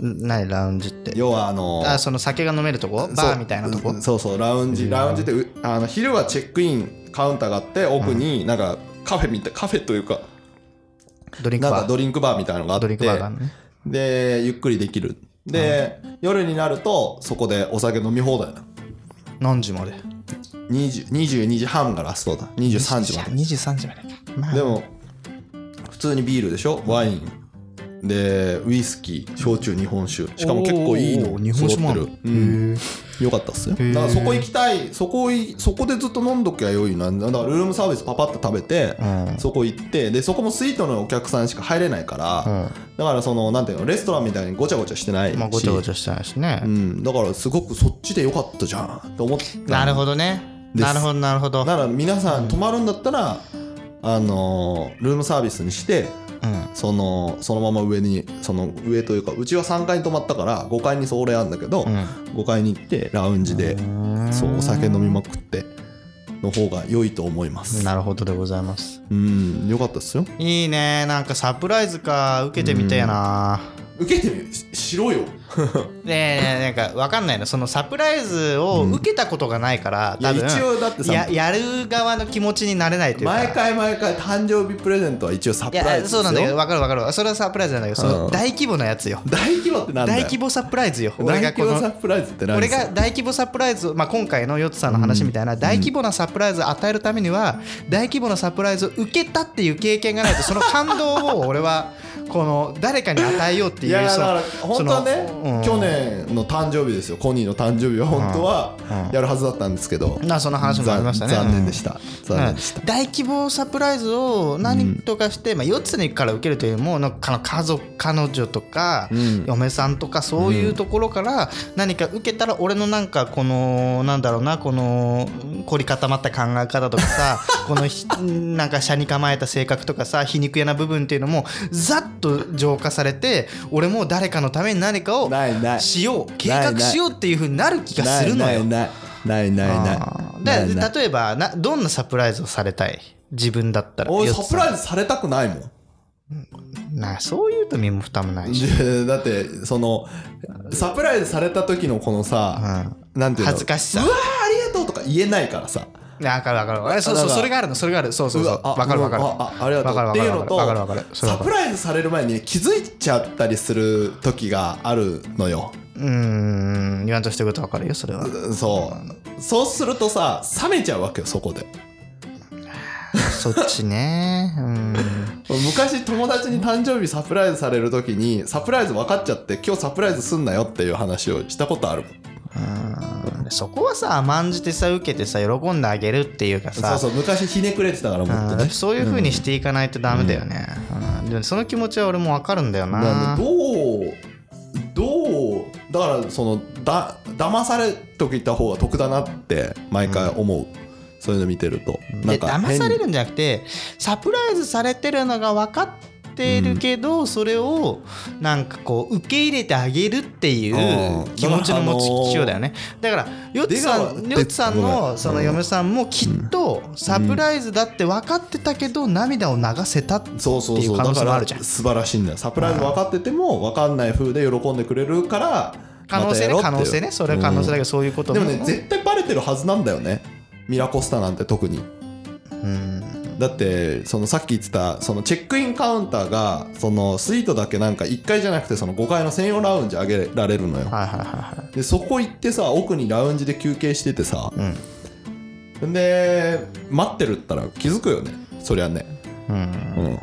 [SPEAKER 1] ん何ラウンジって
[SPEAKER 2] 要はあの
[SPEAKER 1] あその酒が飲めるとこ
[SPEAKER 2] そ
[SPEAKER 1] バ
[SPEAKER 2] う
[SPEAKER 1] ーみたいなとこ
[SPEAKER 2] うんそうそうラウンジラウンジってうあの昼はチェックインカウンターがあって奥になんかカフェみたいカフェというか
[SPEAKER 1] ドリンク
[SPEAKER 2] なん
[SPEAKER 1] バ
[SPEAKER 2] か
[SPEAKER 1] ー
[SPEAKER 2] ドリンクバーみたいなのがあっ
[SPEAKER 1] ドリンクバーがあ
[SPEAKER 2] て
[SPEAKER 1] るのね
[SPEAKER 2] でゆっくりできるで夜になるとそこでお酒飲み放題なの
[SPEAKER 1] 何時まで
[SPEAKER 2] 20 22時半がラストだ23時まで
[SPEAKER 1] 2時3時までかまあ
[SPEAKER 2] でも普通にビールでしょワインでウイスキー焼酎日本酒しかも結構いいの
[SPEAKER 1] おー日本酒もある
[SPEAKER 2] 揃ってるうん
[SPEAKER 1] へ
[SPEAKER 2] よかったっすよ
[SPEAKER 1] へー
[SPEAKER 2] だからそこ行きたいそこいそこでずっと飲んどきゃよいなだからルームサービスパパッと食べて、
[SPEAKER 1] うん
[SPEAKER 2] そこ行ってでそこもスイートのお客さんしか入れないから、
[SPEAKER 1] うん
[SPEAKER 2] だからそのなんていうのレストランみたいにごちゃごちゃしてないし、
[SPEAKER 1] えまあごちゃごちゃしてないしね
[SPEAKER 2] うん、だからすごくそっちでよかったじゃんと思って
[SPEAKER 1] なるほどね
[SPEAKER 2] です
[SPEAKER 1] なるほどなるほど
[SPEAKER 2] だから皆さん泊まるんだったら、あのールームサービスにして
[SPEAKER 1] うん
[SPEAKER 2] そのそのまま上にその上というかうちは3階に泊まったから5階にそれあるんだけど、5階に行ってラウンジで、
[SPEAKER 1] うん
[SPEAKER 2] そうお酒飲みまくっての方が良いと思います
[SPEAKER 1] なるほどでございます
[SPEAKER 2] うんよかったですよ
[SPEAKER 1] いいねなんかサプライズか受けてみたいな
[SPEAKER 2] 受けてみししろよ
[SPEAKER 1] ねえなんかわかんないのそのサプライズを受けたことがないから
[SPEAKER 2] いや
[SPEAKER 1] 多分
[SPEAKER 2] 一応だってさ
[SPEAKER 1] ややる側の気持ちになれないというか
[SPEAKER 2] 毎回毎回誕生日プレゼントは一応サ
[SPEAKER 1] い
[SPEAKER 2] プライズ
[SPEAKER 1] や
[SPEAKER 2] です
[SPEAKER 1] そ
[SPEAKER 2] よ
[SPEAKER 1] うなんだけどわかるわかるそれはサプライズなんだけどその
[SPEAKER 2] うん
[SPEAKER 1] 大規模なやつよ
[SPEAKER 2] 大規模ってなんだ
[SPEAKER 1] 大
[SPEAKER 2] よ
[SPEAKER 1] 規模サプライズよ俺
[SPEAKER 2] 大
[SPEAKER 1] が
[SPEAKER 2] 規
[SPEAKER 1] こ
[SPEAKER 2] 模
[SPEAKER 1] の
[SPEAKER 2] サプライズって何
[SPEAKER 1] 俺
[SPEAKER 2] ですか
[SPEAKER 1] が大規模サプライズ、まあ、今回のヨッツさんの話みたいな大規模なサプライズを与えるためには大規模なサプライズを受けたっていう経験がない とその感動を俺はこの誰かに与えようって
[SPEAKER 2] い
[SPEAKER 1] いう
[SPEAKER 2] やだ
[SPEAKER 1] その
[SPEAKER 2] から
[SPEAKER 1] そ
[SPEAKER 2] 本当
[SPEAKER 1] の
[SPEAKER 2] はね、
[SPEAKER 1] うん
[SPEAKER 2] 去年の誕生日ですよコニーの誕生日は本当は
[SPEAKER 1] うん
[SPEAKER 2] やるはずだったんですけど、
[SPEAKER 1] なその話もありましたね
[SPEAKER 2] 残残念でした、残念でした、
[SPEAKER 1] 大規模サプライズを何とかして、まあ、4つにから受けるというよりもなんか家族彼女とか、
[SPEAKER 2] ん
[SPEAKER 1] 嫁さんとかそういうところから何か受けたら俺のなんかこのなんだろうなこの凝り固まった考え方とか さこのひなんか斜に構えた性格とかさ皮肉屋な部分っていうのもざっと浄化されて俺も誰かのために何かを
[SPEAKER 2] ないない
[SPEAKER 1] しよう計画しようっていうふうになる気がするのよ。
[SPEAKER 2] ないないないないないない
[SPEAKER 1] で
[SPEAKER 2] ない
[SPEAKER 1] 例えばなどんなサプライズをされたい自分だったら
[SPEAKER 2] 俺
[SPEAKER 1] よっ
[SPEAKER 2] サ
[SPEAKER 1] つ
[SPEAKER 2] プライズされたくないもん
[SPEAKER 1] なそういうと身も蓋もないし、
[SPEAKER 2] でだってそのサプライズされた時のこの
[SPEAKER 1] う
[SPEAKER 2] さ、
[SPEAKER 1] ん、
[SPEAKER 2] なんていうの
[SPEAKER 1] 恥ずかしさ
[SPEAKER 2] うわーありがとうとか言えないからさ
[SPEAKER 1] 分かる分かる分かるそう
[SPEAKER 2] だ
[SPEAKER 1] そう
[SPEAKER 2] から
[SPEAKER 1] それがあるのそれがあるそうそうそう
[SPEAKER 2] わあ
[SPEAKER 1] 分かる分かる
[SPEAKER 2] うわあありがと
[SPEAKER 1] わ
[SPEAKER 2] う
[SPEAKER 1] かるわか
[SPEAKER 2] って
[SPEAKER 1] る
[SPEAKER 2] いうのと
[SPEAKER 1] わかるわかるそれわ
[SPEAKER 2] サ
[SPEAKER 1] か
[SPEAKER 2] プ
[SPEAKER 1] る
[SPEAKER 2] ライズされる前に気づいちゃったりする時があるのよ
[SPEAKER 1] うーん言わんとしてること分かるよそれは
[SPEAKER 2] そうそうするとさ冷めちゃうわけよそこで
[SPEAKER 1] そっちねうん
[SPEAKER 2] 昔友達に誕生日サプライズされる時にサプライズ分かっちゃって今日サプライズすんなよっていう話をしたことあるもん
[SPEAKER 1] うんそこはさ甘んじてさ受けてさ喜んであげるっていうかさ
[SPEAKER 2] そうそう昔ひねくれてたからもっと
[SPEAKER 1] うん
[SPEAKER 2] ね
[SPEAKER 1] そういうふうにしていかないとダメだよね、うんでもその気持ちは俺も分かるんだよな
[SPEAKER 2] なんでどうどうだからそのだ騙されときた方が得だなって毎回思う、そういうの見てるとなん
[SPEAKER 1] で
[SPEAKER 2] か
[SPEAKER 1] 騙され
[SPEAKER 2] 変
[SPEAKER 1] るんじゃなくてサプライズされてるのが分かってるけど、それをなんかこう受け入れてあげるっていう
[SPEAKER 2] うん
[SPEAKER 1] 気持ちの持ちようだよねだからヨッツさ
[SPEAKER 2] 出
[SPEAKER 1] ん
[SPEAKER 2] 川
[SPEAKER 1] ヨッツさん
[SPEAKER 2] う
[SPEAKER 1] の
[SPEAKER 2] ん
[SPEAKER 1] その嫁さんもきっとサプライズだって分かってたけど涙を流せた
[SPEAKER 2] そうそうそう
[SPEAKER 1] っていう可能性
[SPEAKER 2] だ
[SPEAKER 1] も
[SPEAKER 2] か
[SPEAKER 1] あるじゃん
[SPEAKER 2] ら素晴らしいんだよサプライズ分かってても分かんない風で喜んでくれるから
[SPEAKER 1] 可能性ね
[SPEAKER 2] ま
[SPEAKER 1] 可
[SPEAKER 2] たやろうってい
[SPEAKER 1] 能性
[SPEAKER 2] う
[SPEAKER 1] ねそれは可能性だけどそういうこと
[SPEAKER 2] で
[SPEAKER 1] も
[SPEAKER 2] もね絶対バレてるはずなんだよねミラコスタなんて特に
[SPEAKER 1] うん
[SPEAKER 2] だってそのさっき言ってたそのチェックインカウンターがそのスイートだけなんか1階じゃなくてその5階の専用ラウンジ上げられるのよ
[SPEAKER 1] はいはいはいはい
[SPEAKER 2] でそこ行ってさ奥にラウンジで休憩しててさ
[SPEAKER 1] うん
[SPEAKER 2] で待ってるったら気づくよねそりゃね、
[SPEAKER 1] うん
[SPEAKER 2] う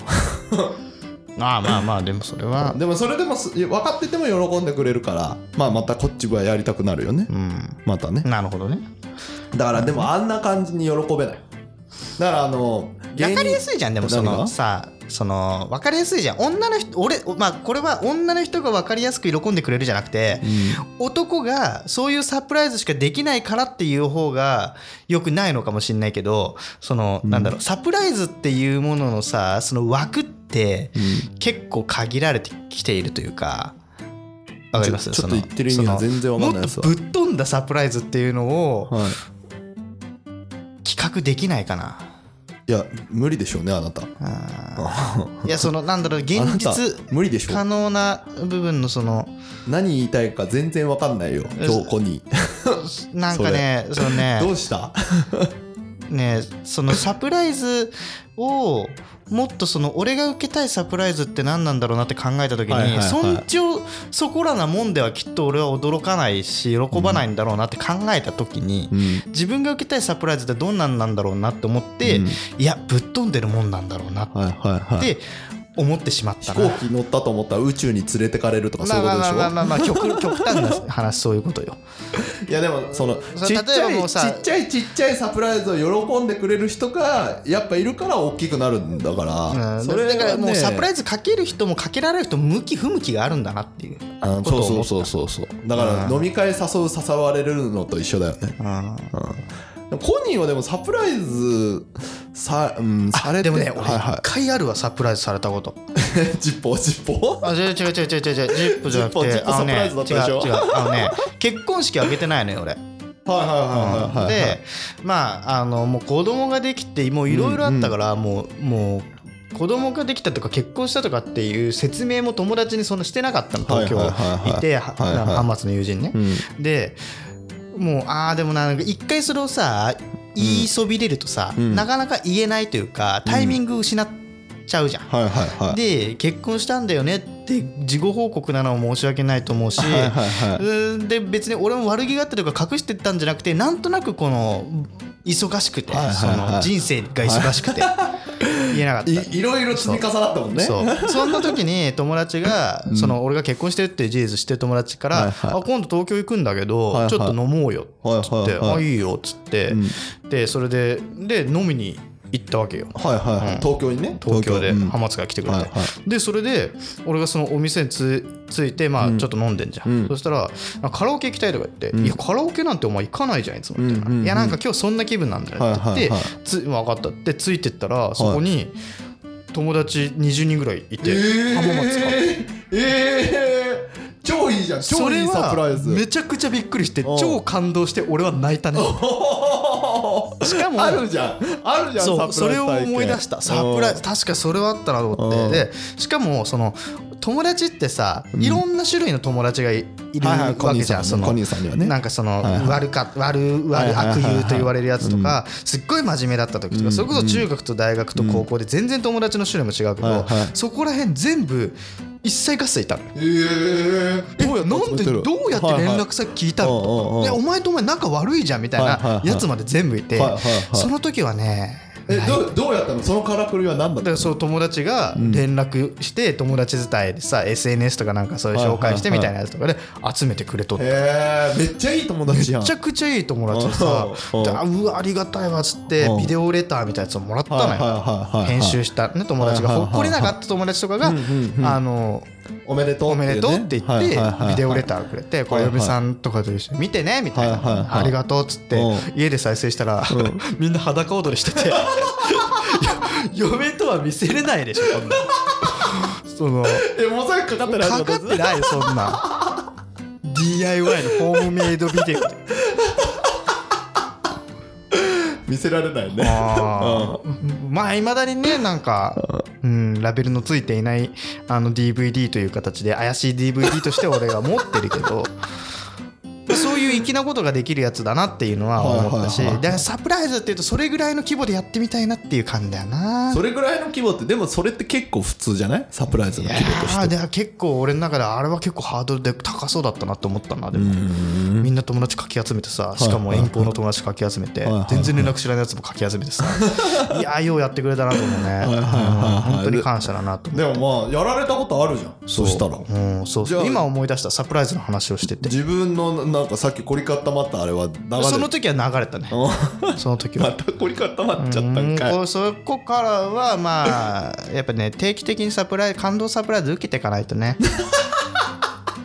[SPEAKER 1] まあまあまあでもそれは
[SPEAKER 2] ん、でもそれでもす分かってても喜んでくれるからまあまたこっちはやりたくなるよね
[SPEAKER 1] うん
[SPEAKER 2] またね
[SPEAKER 1] なるほどね
[SPEAKER 2] だからでもあんな感じに喜べないだからあの
[SPEAKER 1] 分かりや
[SPEAKER 2] い
[SPEAKER 1] すいじゃんでもそ
[SPEAKER 2] 何が
[SPEAKER 1] のさその分かりやすいじゃん女の人俺まあこれは女の人が分かりやすく喜んでくれるじゃなくて、男がそういうサプライズしかできないからっていう方がよくないのかもしれないけどその、なんだろうサプライズっていうもののさその枠って結構限られてきているというか。わかります
[SPEAKER 2] ちょちょっと言ってる意味が全然わかんない
[SPEAKER 1] で
[SPEAKER 2] ですす
[SPEAKER 1] も
[SPEAKER 2] わ
[SPEAKER 1] っとぶっ飛んだサプライズっていうのを
[SPEAKER 2] はい
[SPEAKER 1] 企画できないかな。
[SPEAKER 2] いや無理でしょうねあな た
[SPEAKER 1] いやそのなんだろう現
[SPEAKER 2] あなた
[SPEAKER 1] 実
[SPEAKER 2] 無理でしょ
[SPEAKER 1] 可
[SPEAKER 2] う
[SPEAKER 1] 能な部分のそ の
[SPEAKER 2] 何言いたいか全然わかんないよ今日コニー
[SPEAKER 1] なんかねそのね
[SPEAKER 2] どうした
[SPEAKER 1] ねそのサプライズをもっとその俺が受けたいサプライズって何なんだろうなって考えた時
[SPEAKER 2] はいはいは
[SPEAKER 1] に
[SPEAKER 2] い
[SPEAKER 1] そんちょそこらなもんではきっと俺は驚かないし喜ばないんだろうなって考えた時に
[SPEAKER 2] うん
[SPEAKER 1] 自分が受けたいサプライズってどんなんなんだろうなって思って
[SPEAKER 2] うん
[SPEAKER 1] いやぶっ飛んでるもんなんだろうなっ
[SPEAKER 2] はいはいはい
[SPEAKER 1] て思ってしまった
[SPEAKER 2] 飛
[SPEAKER 1] な
[SPEAKER 2] 行機乗ったと思ったら宇宙に連れてかれるとかそういうことでしょ、
[SPEAKER 1] まあまあまあまあまあ極極端な話そういうことよ
[SPEAKER 2] いやでもその
[SPEAKER 1] そ
[SPEAKER 2] ち
[SPEAKER 1] れ
[SPEAKER 2] っち
[SPEAKER 1] 例えば
[SPEAKER 2] ゃ
[SPEAKER 1] も
[SPEAKER 2] いうち
[SPEAKER 1] さ
[SPEAKER 2] っちゃいちっちゃいサプライズを喜んでくれる人がやっぱいるから大きくなるんだから、
[SPEAKER 1] うん
[SPEAKER 2] それは
[SPEAKER 1] だ
[SPEAKER 2] ね
[SPEAKER 1] からもうサプライ
[SPEAKER 2] ズ
[SPEAKER 1] ズかける人もかけられる人も向き不向きがあるんだなっていうこと
[SPEAKER 2] そう
[SPEAKER 1] を
[SPEAKER 2] そ
[SPEAKER 1] 思
[SPEAKER 2] う
[SPEAKER 1] った
[SPEAKER 2] そうそうそうだから
[SPEAKER 1] うん
[SPEAKER 2] 飲み会誘う誘われるのと一緒だよね、
[SPEAKER 1] うん
[SPEAKER 2] でもコニーはでもサプライズさ,、うん、されて
[SPEAKER 1] でもね俺
[SPEAKER 2] は いは
[SPEAKER 1] 一回あるわサプライズされたこと
[SPEAKER 2] いジッポージッポー
[SPEAKER 1] あ違う違う違う違う違うジップじゃなく
[SPEAKER 2] ジ
[SPEAKER 1] て
[SPEAKER 2] ップ
[SPEAKER 1] あの
[SPEAKER 2] サプラ
[SPEAKER 1] ね
[SPEAKER 2] イズだっ
[SPEAKER 1] 違
[SPEAKER 2] たでしょ
[SPEAKER 1] う違うあの ね結婚式あげてないのよ俺
[SPEAKER 2] はいはいはいはいはい
[SPEAKER 1] でまああのもう子供ができてもういろいろあったからもうもう子供ができたとか結婚したとかっていう説明も友達にそんなしてなかったの東京
[SPEAKER 2] はいはいはいはい
[SPEAKER 1] いて
[SPEAKER 2] は
[SPEAKER 1] はい
[SPEAKER 2] はい
[SPEAKER 1] あの浜松の友人ね
[SPEAKER 2] うん
[SPEAKER 1] でもうああでもななんか一回それをさ言いそびれるとさ、
[SPEAKER 2] うん
[SPEAKER 1] なかなか言えないというかタイミング失っちゃうじゃん。
[SPEAKER 2] はいはいはい
[SPEAKER 1] で結婚したんだよねって事後報告なのも申し訳ないと思うし。
[SPEAKER 2] はいはいは
[SPEAKER 1] う
[SPEAKER 2] い
[SPEAKER 1] ーんで別に俺も悪気があったとか隠してたんじゃなくてなんとなくこの忙しくて、
[SPEAKER 2] はいはいはい
[SPEAKER 1] その人生が忙しくて、言えなかった。
[SPEAKER 2] いいろいろ積み重なったもんね
[SPEAKER 1] そうそんな時に友達が、その俺が結婚してるっていう事実知ってる友達から「
[SPEAKER 2] はいはい
[SPEAKER 1] あ今度東京行くんだけど、
[SPEAKER 2] はいはい
[SPEAKER 1] ちょっと飲もうよ」
[SPEAKER 2] はい
[SPEAKER 1] っつって「
[SPEAKER 2] はいはい
[SPEAKER 1] あいいよ」っつって、でそれでで飲みに行ったわけよ
[SPEAKER 2] はいはいはい、
[SPEAKER 1] うん
[SPEAKER 2] 東京にね
[SPEAKER 1] 東京で
[SPEAKER 2] うん
[SPEAKER 1] 浜松が来てくれて、
[SPEAKER 2] はいは
[SPEAKER 1] でそれで俺がそのお店につついてまあちょっと飲んでんじゃん、
[SPEAKER 2] うん
[SPEAKER 1] そしたら「カラオケ行きたい」とか言って「
[SPEAKER 2] ん
[SPEAKER 1] いやカラオケなんてお前行かないじゃんいつも」みたいな「
[SPEAKER 2] うんうんうん
[SPEAKER 1] いやなんか今日そんな気分なんだよ」って言って、
[SPEAKER 2] はいはいはい
[SPEAKER 1] つ分かったってついてったらそこに友達20人ぐらいいて、浜松から。
[SPEAKER 2] えー、えー、超いいじゃん超
[SPEAKER 1] そ
[SPEAKER 2] い
[SPEAKER 1] れ
[SPEAKER 2] いサプライ
[SPEAKER 1] は
[SPEAKER 2] ズ
[SPEAKER 1] めちゃくちゃびっくりして
[SPEAKER 2] うん
[SPEAKER 1] 超感動して俺は泣い たねしかも
[SPEAKER 2] あるじゃんあるじゃ ん
[SPEAKER 1] そう
[SPEAKER 2] サプ
[SPEAKER 1] そ
[SPEAKER 2] ラ
[SPEAKER 1] れ
[SPEAKER 2] イズ
[SPEAKER 1] を
[SPEAKER 2] 体験
[SPEAKER 1] 思い出したサプライズ確かそれはあったなと思
[SPEAKER 2] うん
[SPEAKER 1] ってでしかもその友達ってさいろんな種類の友達がいいる
[SPEAKER 2] はいはい
[SPEAKER 1] わ
[SPEAKER 2] コ
[SPEAKER 1] け
[SPEAKER 2] ニー
[SPEAKER 1] じ
[SPEAKER 2] さ
[SPEAKER 1] ゃ
[SPEAKER 2] ん
[SPEAKER 1] んそ
[SPEAKER 2] コ
[SPEAKER 1] の
[SPEAKER 2] ニーさんにはね
[SPEAKER 1] なんかその
[SPEAKER 2] はいはい
[SPEAKER 1] 悪か悪
[SPEAKER 2] はい
[SPEAKER 1] 悪
[SPEAKER 2] はいは
[SPEAKER 1] 悪
[SPEAKER 2] いはい
[SPEAKER 1] 友と言われるやつとかすっごい真面目だった時と
[SPEAKER 2] うん
[SPEAKER 1] かそれこそ中学と大学と高校で全然友達の種類も違うけ
[SPEAKER 2] はい
[SPEAKER 1] ど
[SPEAKER 2] はい
[SPEAKER 1] そこら辺全部一切合切いたのよ
[SPEAKER 2] えー、
[SPEAKER 1] えなんでどうやって連絡
[SPEAKER 2] す
[SPEAKER 1] 先聞いたの
[SPEAKER 2] はいはいうんうん
[SPEAKER 1] と
[SPEAKER 2] うん
[SPEAKER 1] いやお前とお前仲悪いじゃんみたい
[SPEAKER 2] はいはい
[SPEAKER 1] な
[SPEAKER 2] はい
[SPEAKER 1] やつまで全部いて
[SPEAKER 2] はいはいはい
[SPEAKER 1] その時はね
[SPEAKER 2] えどうどうやったのそのからくりは何だ
[SPEAKER 1] だ
[SPEAKER 2] った
[SPEAKER 1] か
[SPEAKER 2] の
[SPEAKER 1] らその友達が連絡して友達伝いでさ SNS とかなんかそういう紹介してみたいなやつとかで集めてくれとって
[SPEAKER 2] えー、めっちゃいい友達やん
[SPEAKER 1] めちゃくちゃいい友達でさ
[SPEAKER 2] うんうん
[SPEAKER 1] であうわありがたいわっつって
[SPEAKER 2] うん
[SPEAKER 1] ビデオレターみたいなやつをもらった
[SPEAKER 2] はいはい
[SPEAKER 1] の
[SPEAKER 2] はいはい
[SPEAKER 1] よ
[SPEAKER 2] はい
[SPEAKER 1] 編集したね友達が
[SPEAKER 2] はいはい
[SPEAKER 1] ほ
[SPEAKER 2] はいは
[SPEAKER 1] っ
[SPEAKER 2] い
[SPEAKER 1] こりなかった友達とかが
[SPEAKER 2] うんうんうん
[SPEAKER 1] あの
[SPEAKER 2] おめでとう
[SPEAKER 1] おめでとうって言ってビデオレ
[SPEAKER 2] ー
[SPEAKER 1] ターくれてこ
[SPEAKER 2] は
[SPEAKER 1] れ
[SPEAKER 2] いはい
[SPEAKER 1] 嫁さんとかと一緒に見てねみたい
[SPEAKER 2] はいはいは
[SPEAKER 1] ないありがとうっつって
[SPEAKER 2] うん
[SPEAKER 1] 家で再生したら みんな裸踊りして ていや嫁とは見せれないでしょこんなそ の
[SPEAKER 2] えモザイクかかってない
[SPEAKER 1] かかってないよそんな DIY のホームメイドビデオで
[SPEAKER 2] 見せられないね
[SPEAKER 1] あーまあいまだにねなんか、うん、ラベルのついていないあの DVD という形で怪しい DVD として俺が持ってるけどそういう粋なことができるやつだなっていうのは思ったし
[SPEAKER 2] はいは
[SPEAKER 1] だ
[SPEAKER 2] いはい
[SPEAKER 1] からサプライズっていうとそれぐらいの規模でやってみたいなっていう感じだよな
[SPEAKER 2] それぐらいの規模ってでもそれって結構普通じゃないサプライズ
[SPEAKER 1] い
[SPEAKER 2] の
[SPEAKER 1] や
[SPEAKER 2] 規模として
[SPEAKER 1] ーだから結構俺の中であれは結構ハードルで高そうだったなと思ったなでもみんな友達かき集めてさしかも遠方の友達かき集めて
[SPEAKER 2] はいはい
[SPEAKER 1] 全然連絡知らないやつもかき集めて さいやーようやってくれたなと思うねうん本当に感謝だなと思
[SPEAKER 2] でもまあやられたことあるじゃんそしたら
[SPEAKER 1] ううんそう
[SPEAKER 2] じゃあ
[SPEAKER 1] そう今思い出したサプライズの話をしてて
[SPEAKER 2] 自分のなんかさっき凝り固まったあれは流れ
[SPEAKER 1] その時は流れたね
[SPEAKER 2] うん
[SPEAKER 1] その時
[SPEAKER 2] ま
[SPEAKER 1] は
[SPEAKER 2] た凝り固まっちゃったんか
[SPEAKER 1] うん
[SPEAKER 2] い
[SPEAKER 1] こうそこからはまあやっぱね定期的にサプライズ感動サプライズ受けていかないと ね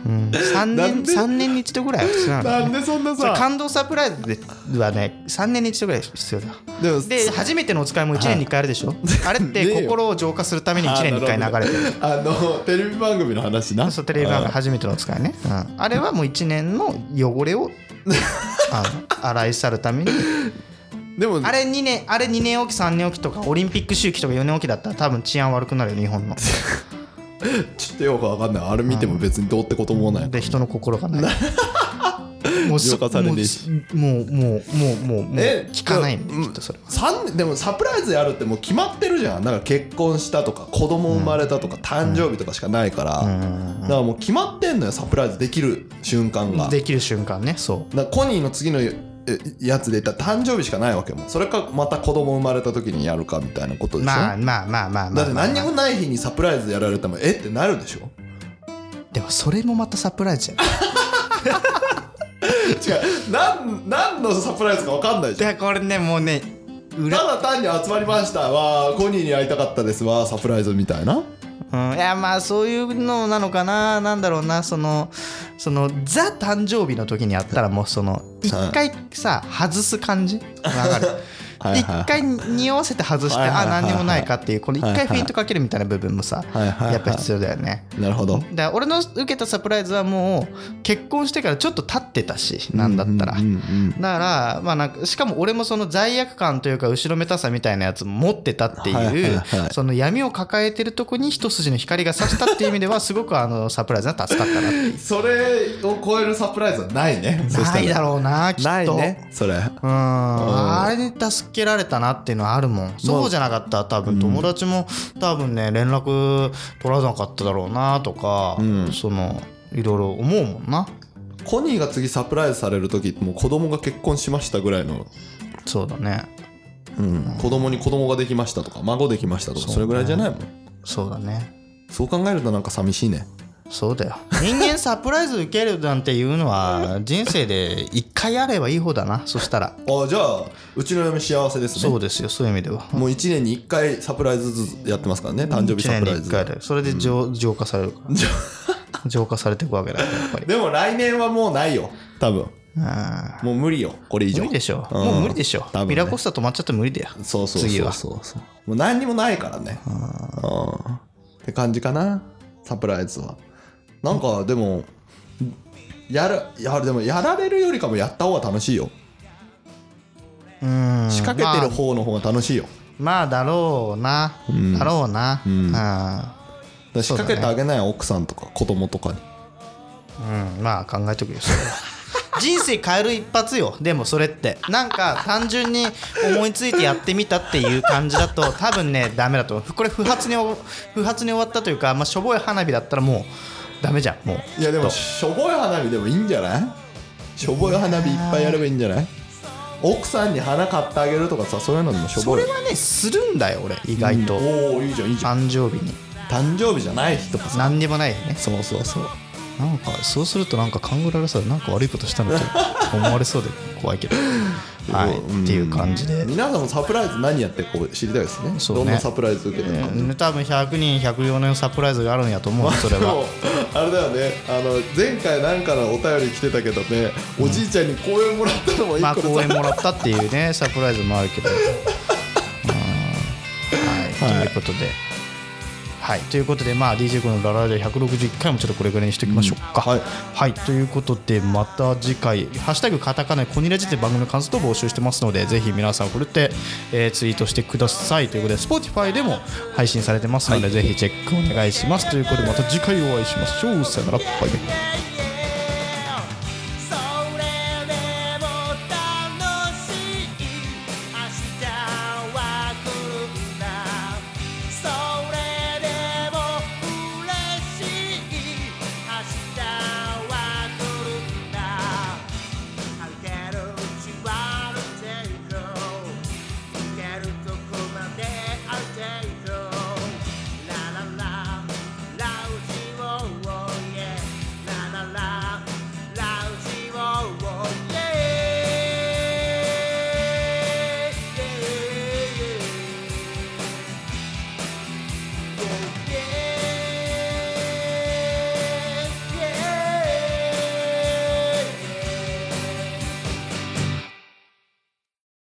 [SPEAKER 1] うん3
[SPEAKER 2] な
[SPEAKER 1] 年
[SPEAKER 2] んで
[SPEAKER 1] 三年に一度ぐらいは必要なの
[SPEAKER 2] なんでそんな
[SPEAKER 1] それ
[SPEAKER 2] さ
[SPEAKER 1] 感動サプライズではね3年に一度ぐらい必要だ
[SPEAKER 2] でも
[SPEAKER 1] で初めてのお使いも1年に1回あるで しょ、あれっ
[SPEAKER 2] ねえ
[SPEAKER 1] て
[SPEAKER 2] よ
[SPEAKER 1] 心を浄化するために1年に1回
[SPEAKER 2] あー
[SPEAKER 1] 流れてる
[SPEAKER 2] あのテレビ番組の話な
[SPEAKER 1] そうテレビ番組初めてのお使いね、うんあれはもう1年の汚れ をあの洗い去るために
[SPEAKER 2] でも
[SPEAKER 1] あれ2年あれ2年おき3年おきとかオリンピック周期とか4年おきだったら多分治安悪くなるよ日本 の
[SPEAKER 2] ちょっとよくわかんないあれ見ても別にどうってこともない
[SPEAKER 1] で人の心がないもうす
[SPEAKER 2] 浄化されていいし
[SPEAKER 1] もうもうもうもうもうもう
[SPEAKER 2] え
[SPEAKER 1] 聞かないも
[SPEAKER 2] うん
[SPEAKER 1] んきっとそれは
[SPEAKER 2] 三年でもサプライズやるってもう決まってるじゃんだから結婚したとか子供生まれたとか誕生日とかしかないから、だからもう決まってんのよサプライズできる瞬間が
[SPEAKER 1] できる瞬間ねそ
[SPEAKER 2] だからコニーの次のえやつで言ったら誕生日しかないわけよもうそれかまた子供生まれた時にやるかみたいなこと
[SPEAKER 1] う
[SPEAKER 2] でしょ、
[SPEAKER 1] まあまあまあまあま
[SPEAKER 2] だ
[SPEAKER 1] あ
[SPEAKER 2] って
[SPEAKER 1] まあ
[SPEAKER 2] 何にもない日にサプライズやられてもえってなるでしょ
[SPEAKER 1] でもそれもまたサプライズじゃんだか
[SPEAKER 2] 違うなん何のサプライズか分かんないじゃん
[SPEAKER 1] らこれねもうね
[SPEAKER 2] た
[SPEAKER 1] 裏
[SPEAKER 2] だ単に集まりましたわーコニーに会いたかったですわーサプライズみたいな
[SPEAKER 1] うん、いやまあそういうのなのかななんだろうなそのそのザ誕生日の時にやったらもうその一回さ外す感じわかる
[SPEAKER 2] は
[SPEAKER 1] で
[SPEAKER 2] いはい
[SPEAKER 1] 一回匂わせて外して
[SPEAKER 2] はいは
[SPEAKER 1] あ
[SPEAKER 2] いはいはい
[SPEAKER 1] 何にもないかっていうこの一
[SPEAKER 2] はいは
[SPEAKER 1] 回
[SPEAKER 2] い
[SPEAKER 1] フェイントかけるみたいな部分もさ
[SPEAKER 2] はいはいはい
[SPEAKER 1] やっぱ必要だよね
[SPEAKER 2] なるほど
[SPEAKER 1] だから俺の受けたサプライズはもう結婚してからちょっと経ってたしなんだったら
[SPEAKER 2] うんうんうん
[SPEAKER 1] だから、まあ、なんかしかも俺もその罪悪感というか後ろめたさみたいなやつも持ってたっていう、
[SPEAKER 2] はいはいはい
[SPEAKER 1] その闇を抱えてるとこに一筋の光が差したっていう意味ではすごくあのサプライズは助かったなって
[SPEAKER 2] それを超えるサプライズはないねそしたら
[SPEAKER 1] ないだろうなきっと
[SPEAKER 2] ないねそれ
[SPEAKER 1] うんあれに助けられたなっていうのはあるもんそうじゃなかったら多分友達も多分ね連絡取らなかっただろうなとか、
[SPEAKER 2] うん
[SPEAKER 1] そのいろいろ思うもんな
[SPEAKER 2] コニーが次サプライズされる時もう子供が結婚しましたぐらいの、
[SPEAKER 1] そうだね
[SPEAKER 2] うん、子供に子供ができましたとか孫できましたとかそれぐらいじゃないもん
[SPEAKER 1] そうだね
[SPEAKER 2] そう考えるとなんか寂しいね
[SPEAKER 1] そうだよ人間サプライズ受けるなんていうのは人生で一回あればいい方だなそしたら
[SPEAKER 2] あじゃあうちの嫁幸せですね
[SPEAKER 1] そうですよそういう意味では
[SPEAKER 2] もう1年に1回サプライズずつやってますからね誕生日
[SPEAKER 1] 一
[SPEAKER 2] サ
[SPEAKER 1] 年
[SPEAKER 2] プ
[SPEAKER 1] に
[SPEAKER 2] ライズ
[SPEAKER 1] 一回だよそれで浄,、浄化される から浄化されていくわけだからやっぱり
[SPEAKER 2] でも来年はもうないよ多分
[SPEAKER 1] うん
[SPEAKER 2] もう無理よこれ以上
[SPEAKER 1] 無理でしょ、
[SPEAKER 2] うん
[SPEAKER 1] もう無理でしょ、
[SPEAKER 2] 多分ね
[SPEAKER 1] ミラコスタ止まっちゃって無理だよ
[SPEAKER 2] そうそう
[SPEAKER 1] 次
[SPEAKER 2] そう
[SPEAKER 1] は
[SPEAKER 2] そうそうもう何にもないからねうんって感じかなサプライズはなんかでもやるやでもやられるよりかもやった方が楽しいよ
[SPEAKER 1] うん
[SPEAKER 2] 仕掛けてる方の方が楽しいよ、
[SPEAKER 1] まあ、まあだろうな、
[SPEAKER 2] ん
[SPEAKER 1] だろうな、う
[SPEAKER 2] ん
[SPEAKER 1] ん
[SPEAKER 2] だから仕掛けてあげないよ奥さんとか子供とかに
[SPEAKER 1] うん、まあ考えとくよそれは 人生変える一発よでもそれってなんか単純に思いついてやってみたっていう感じだと多分ねダメだと思うこれ不発にお不発に終わったというか、まあ、しょぼい花火だったらもうダメじゃんもう
[SPEAKER 2] いやでも
[SPEAKER 1] きっ
[SPEAKER 2] しょぼい花火でもいいんじゃないしょぼい花火いっぱいやればいいんじゃない奥さんに花買ってあげるとかさそういうのでもしょ
[SPEAKER 1] とそ
[SPEAKER 2] ぼい
[SPEAKER 1] れはねするんだよ俺意外と、
[SPEAKER 2] おおーいいじゃんいいじゃん
[SPEAKER 1] 誕生日に
[SPEAKER 2] 誕生日じゃない日とかさ
[SPEAKER 1] 何にもない日ね
[SPEAKER 2] そうそうそう
[SPEAKER 1] なんかそうするとなんか勘ぐられそうでなんか悪いことしたのって思われそうで怖い けどはい
[SPEAKER 2] うん
[SPEAKER 1] っていう感じで
[SPEAKER 2] 皆さんもサプライズ何やってこう知りたいですね
[SPEAKER 1] そうね
[SPEAKER 2] どんなサプライズ受けてるか、
[SPEAKER 1] うん多分100人104年サプライズがあるんやと思うそれ
[SPEAKER 2] で
[SPEAKER 1] は
[SPEAKER 2] もあれだよねあの前回なんかのお便り来てたけどね、おじいちゃんに公園もらったのも一
[SPEAKER 1] まあ
[SPEAKER 2] 個
[SPEAKER 1] 公
[SPEAKER 2] で
[SPEAKER 1] 演
[SPEAKER 2] さ、
[SPEAKER 1] もらったっていうねサプライズもあるけど、 うんはい
[SPEAKER 2] はい
[SPEAKER 1] ということではいということでまあ DJ コのラララで161回もちょっとこれぐらいにしておきましょうか、
[SPEAKER 2] うんはい
[SPEAKER 1] はいということでまた次回「ハッシュタグカタカナコニラジ」で番組の感想と募集してますのでぜひ皆さんこれって、えーツイートしてくださいということで Spotify でも配信されてますので、ぜひチェックお願いしますということでまた次回お会いしましょうさよならバイバイ
[SPEAKER 4] Thank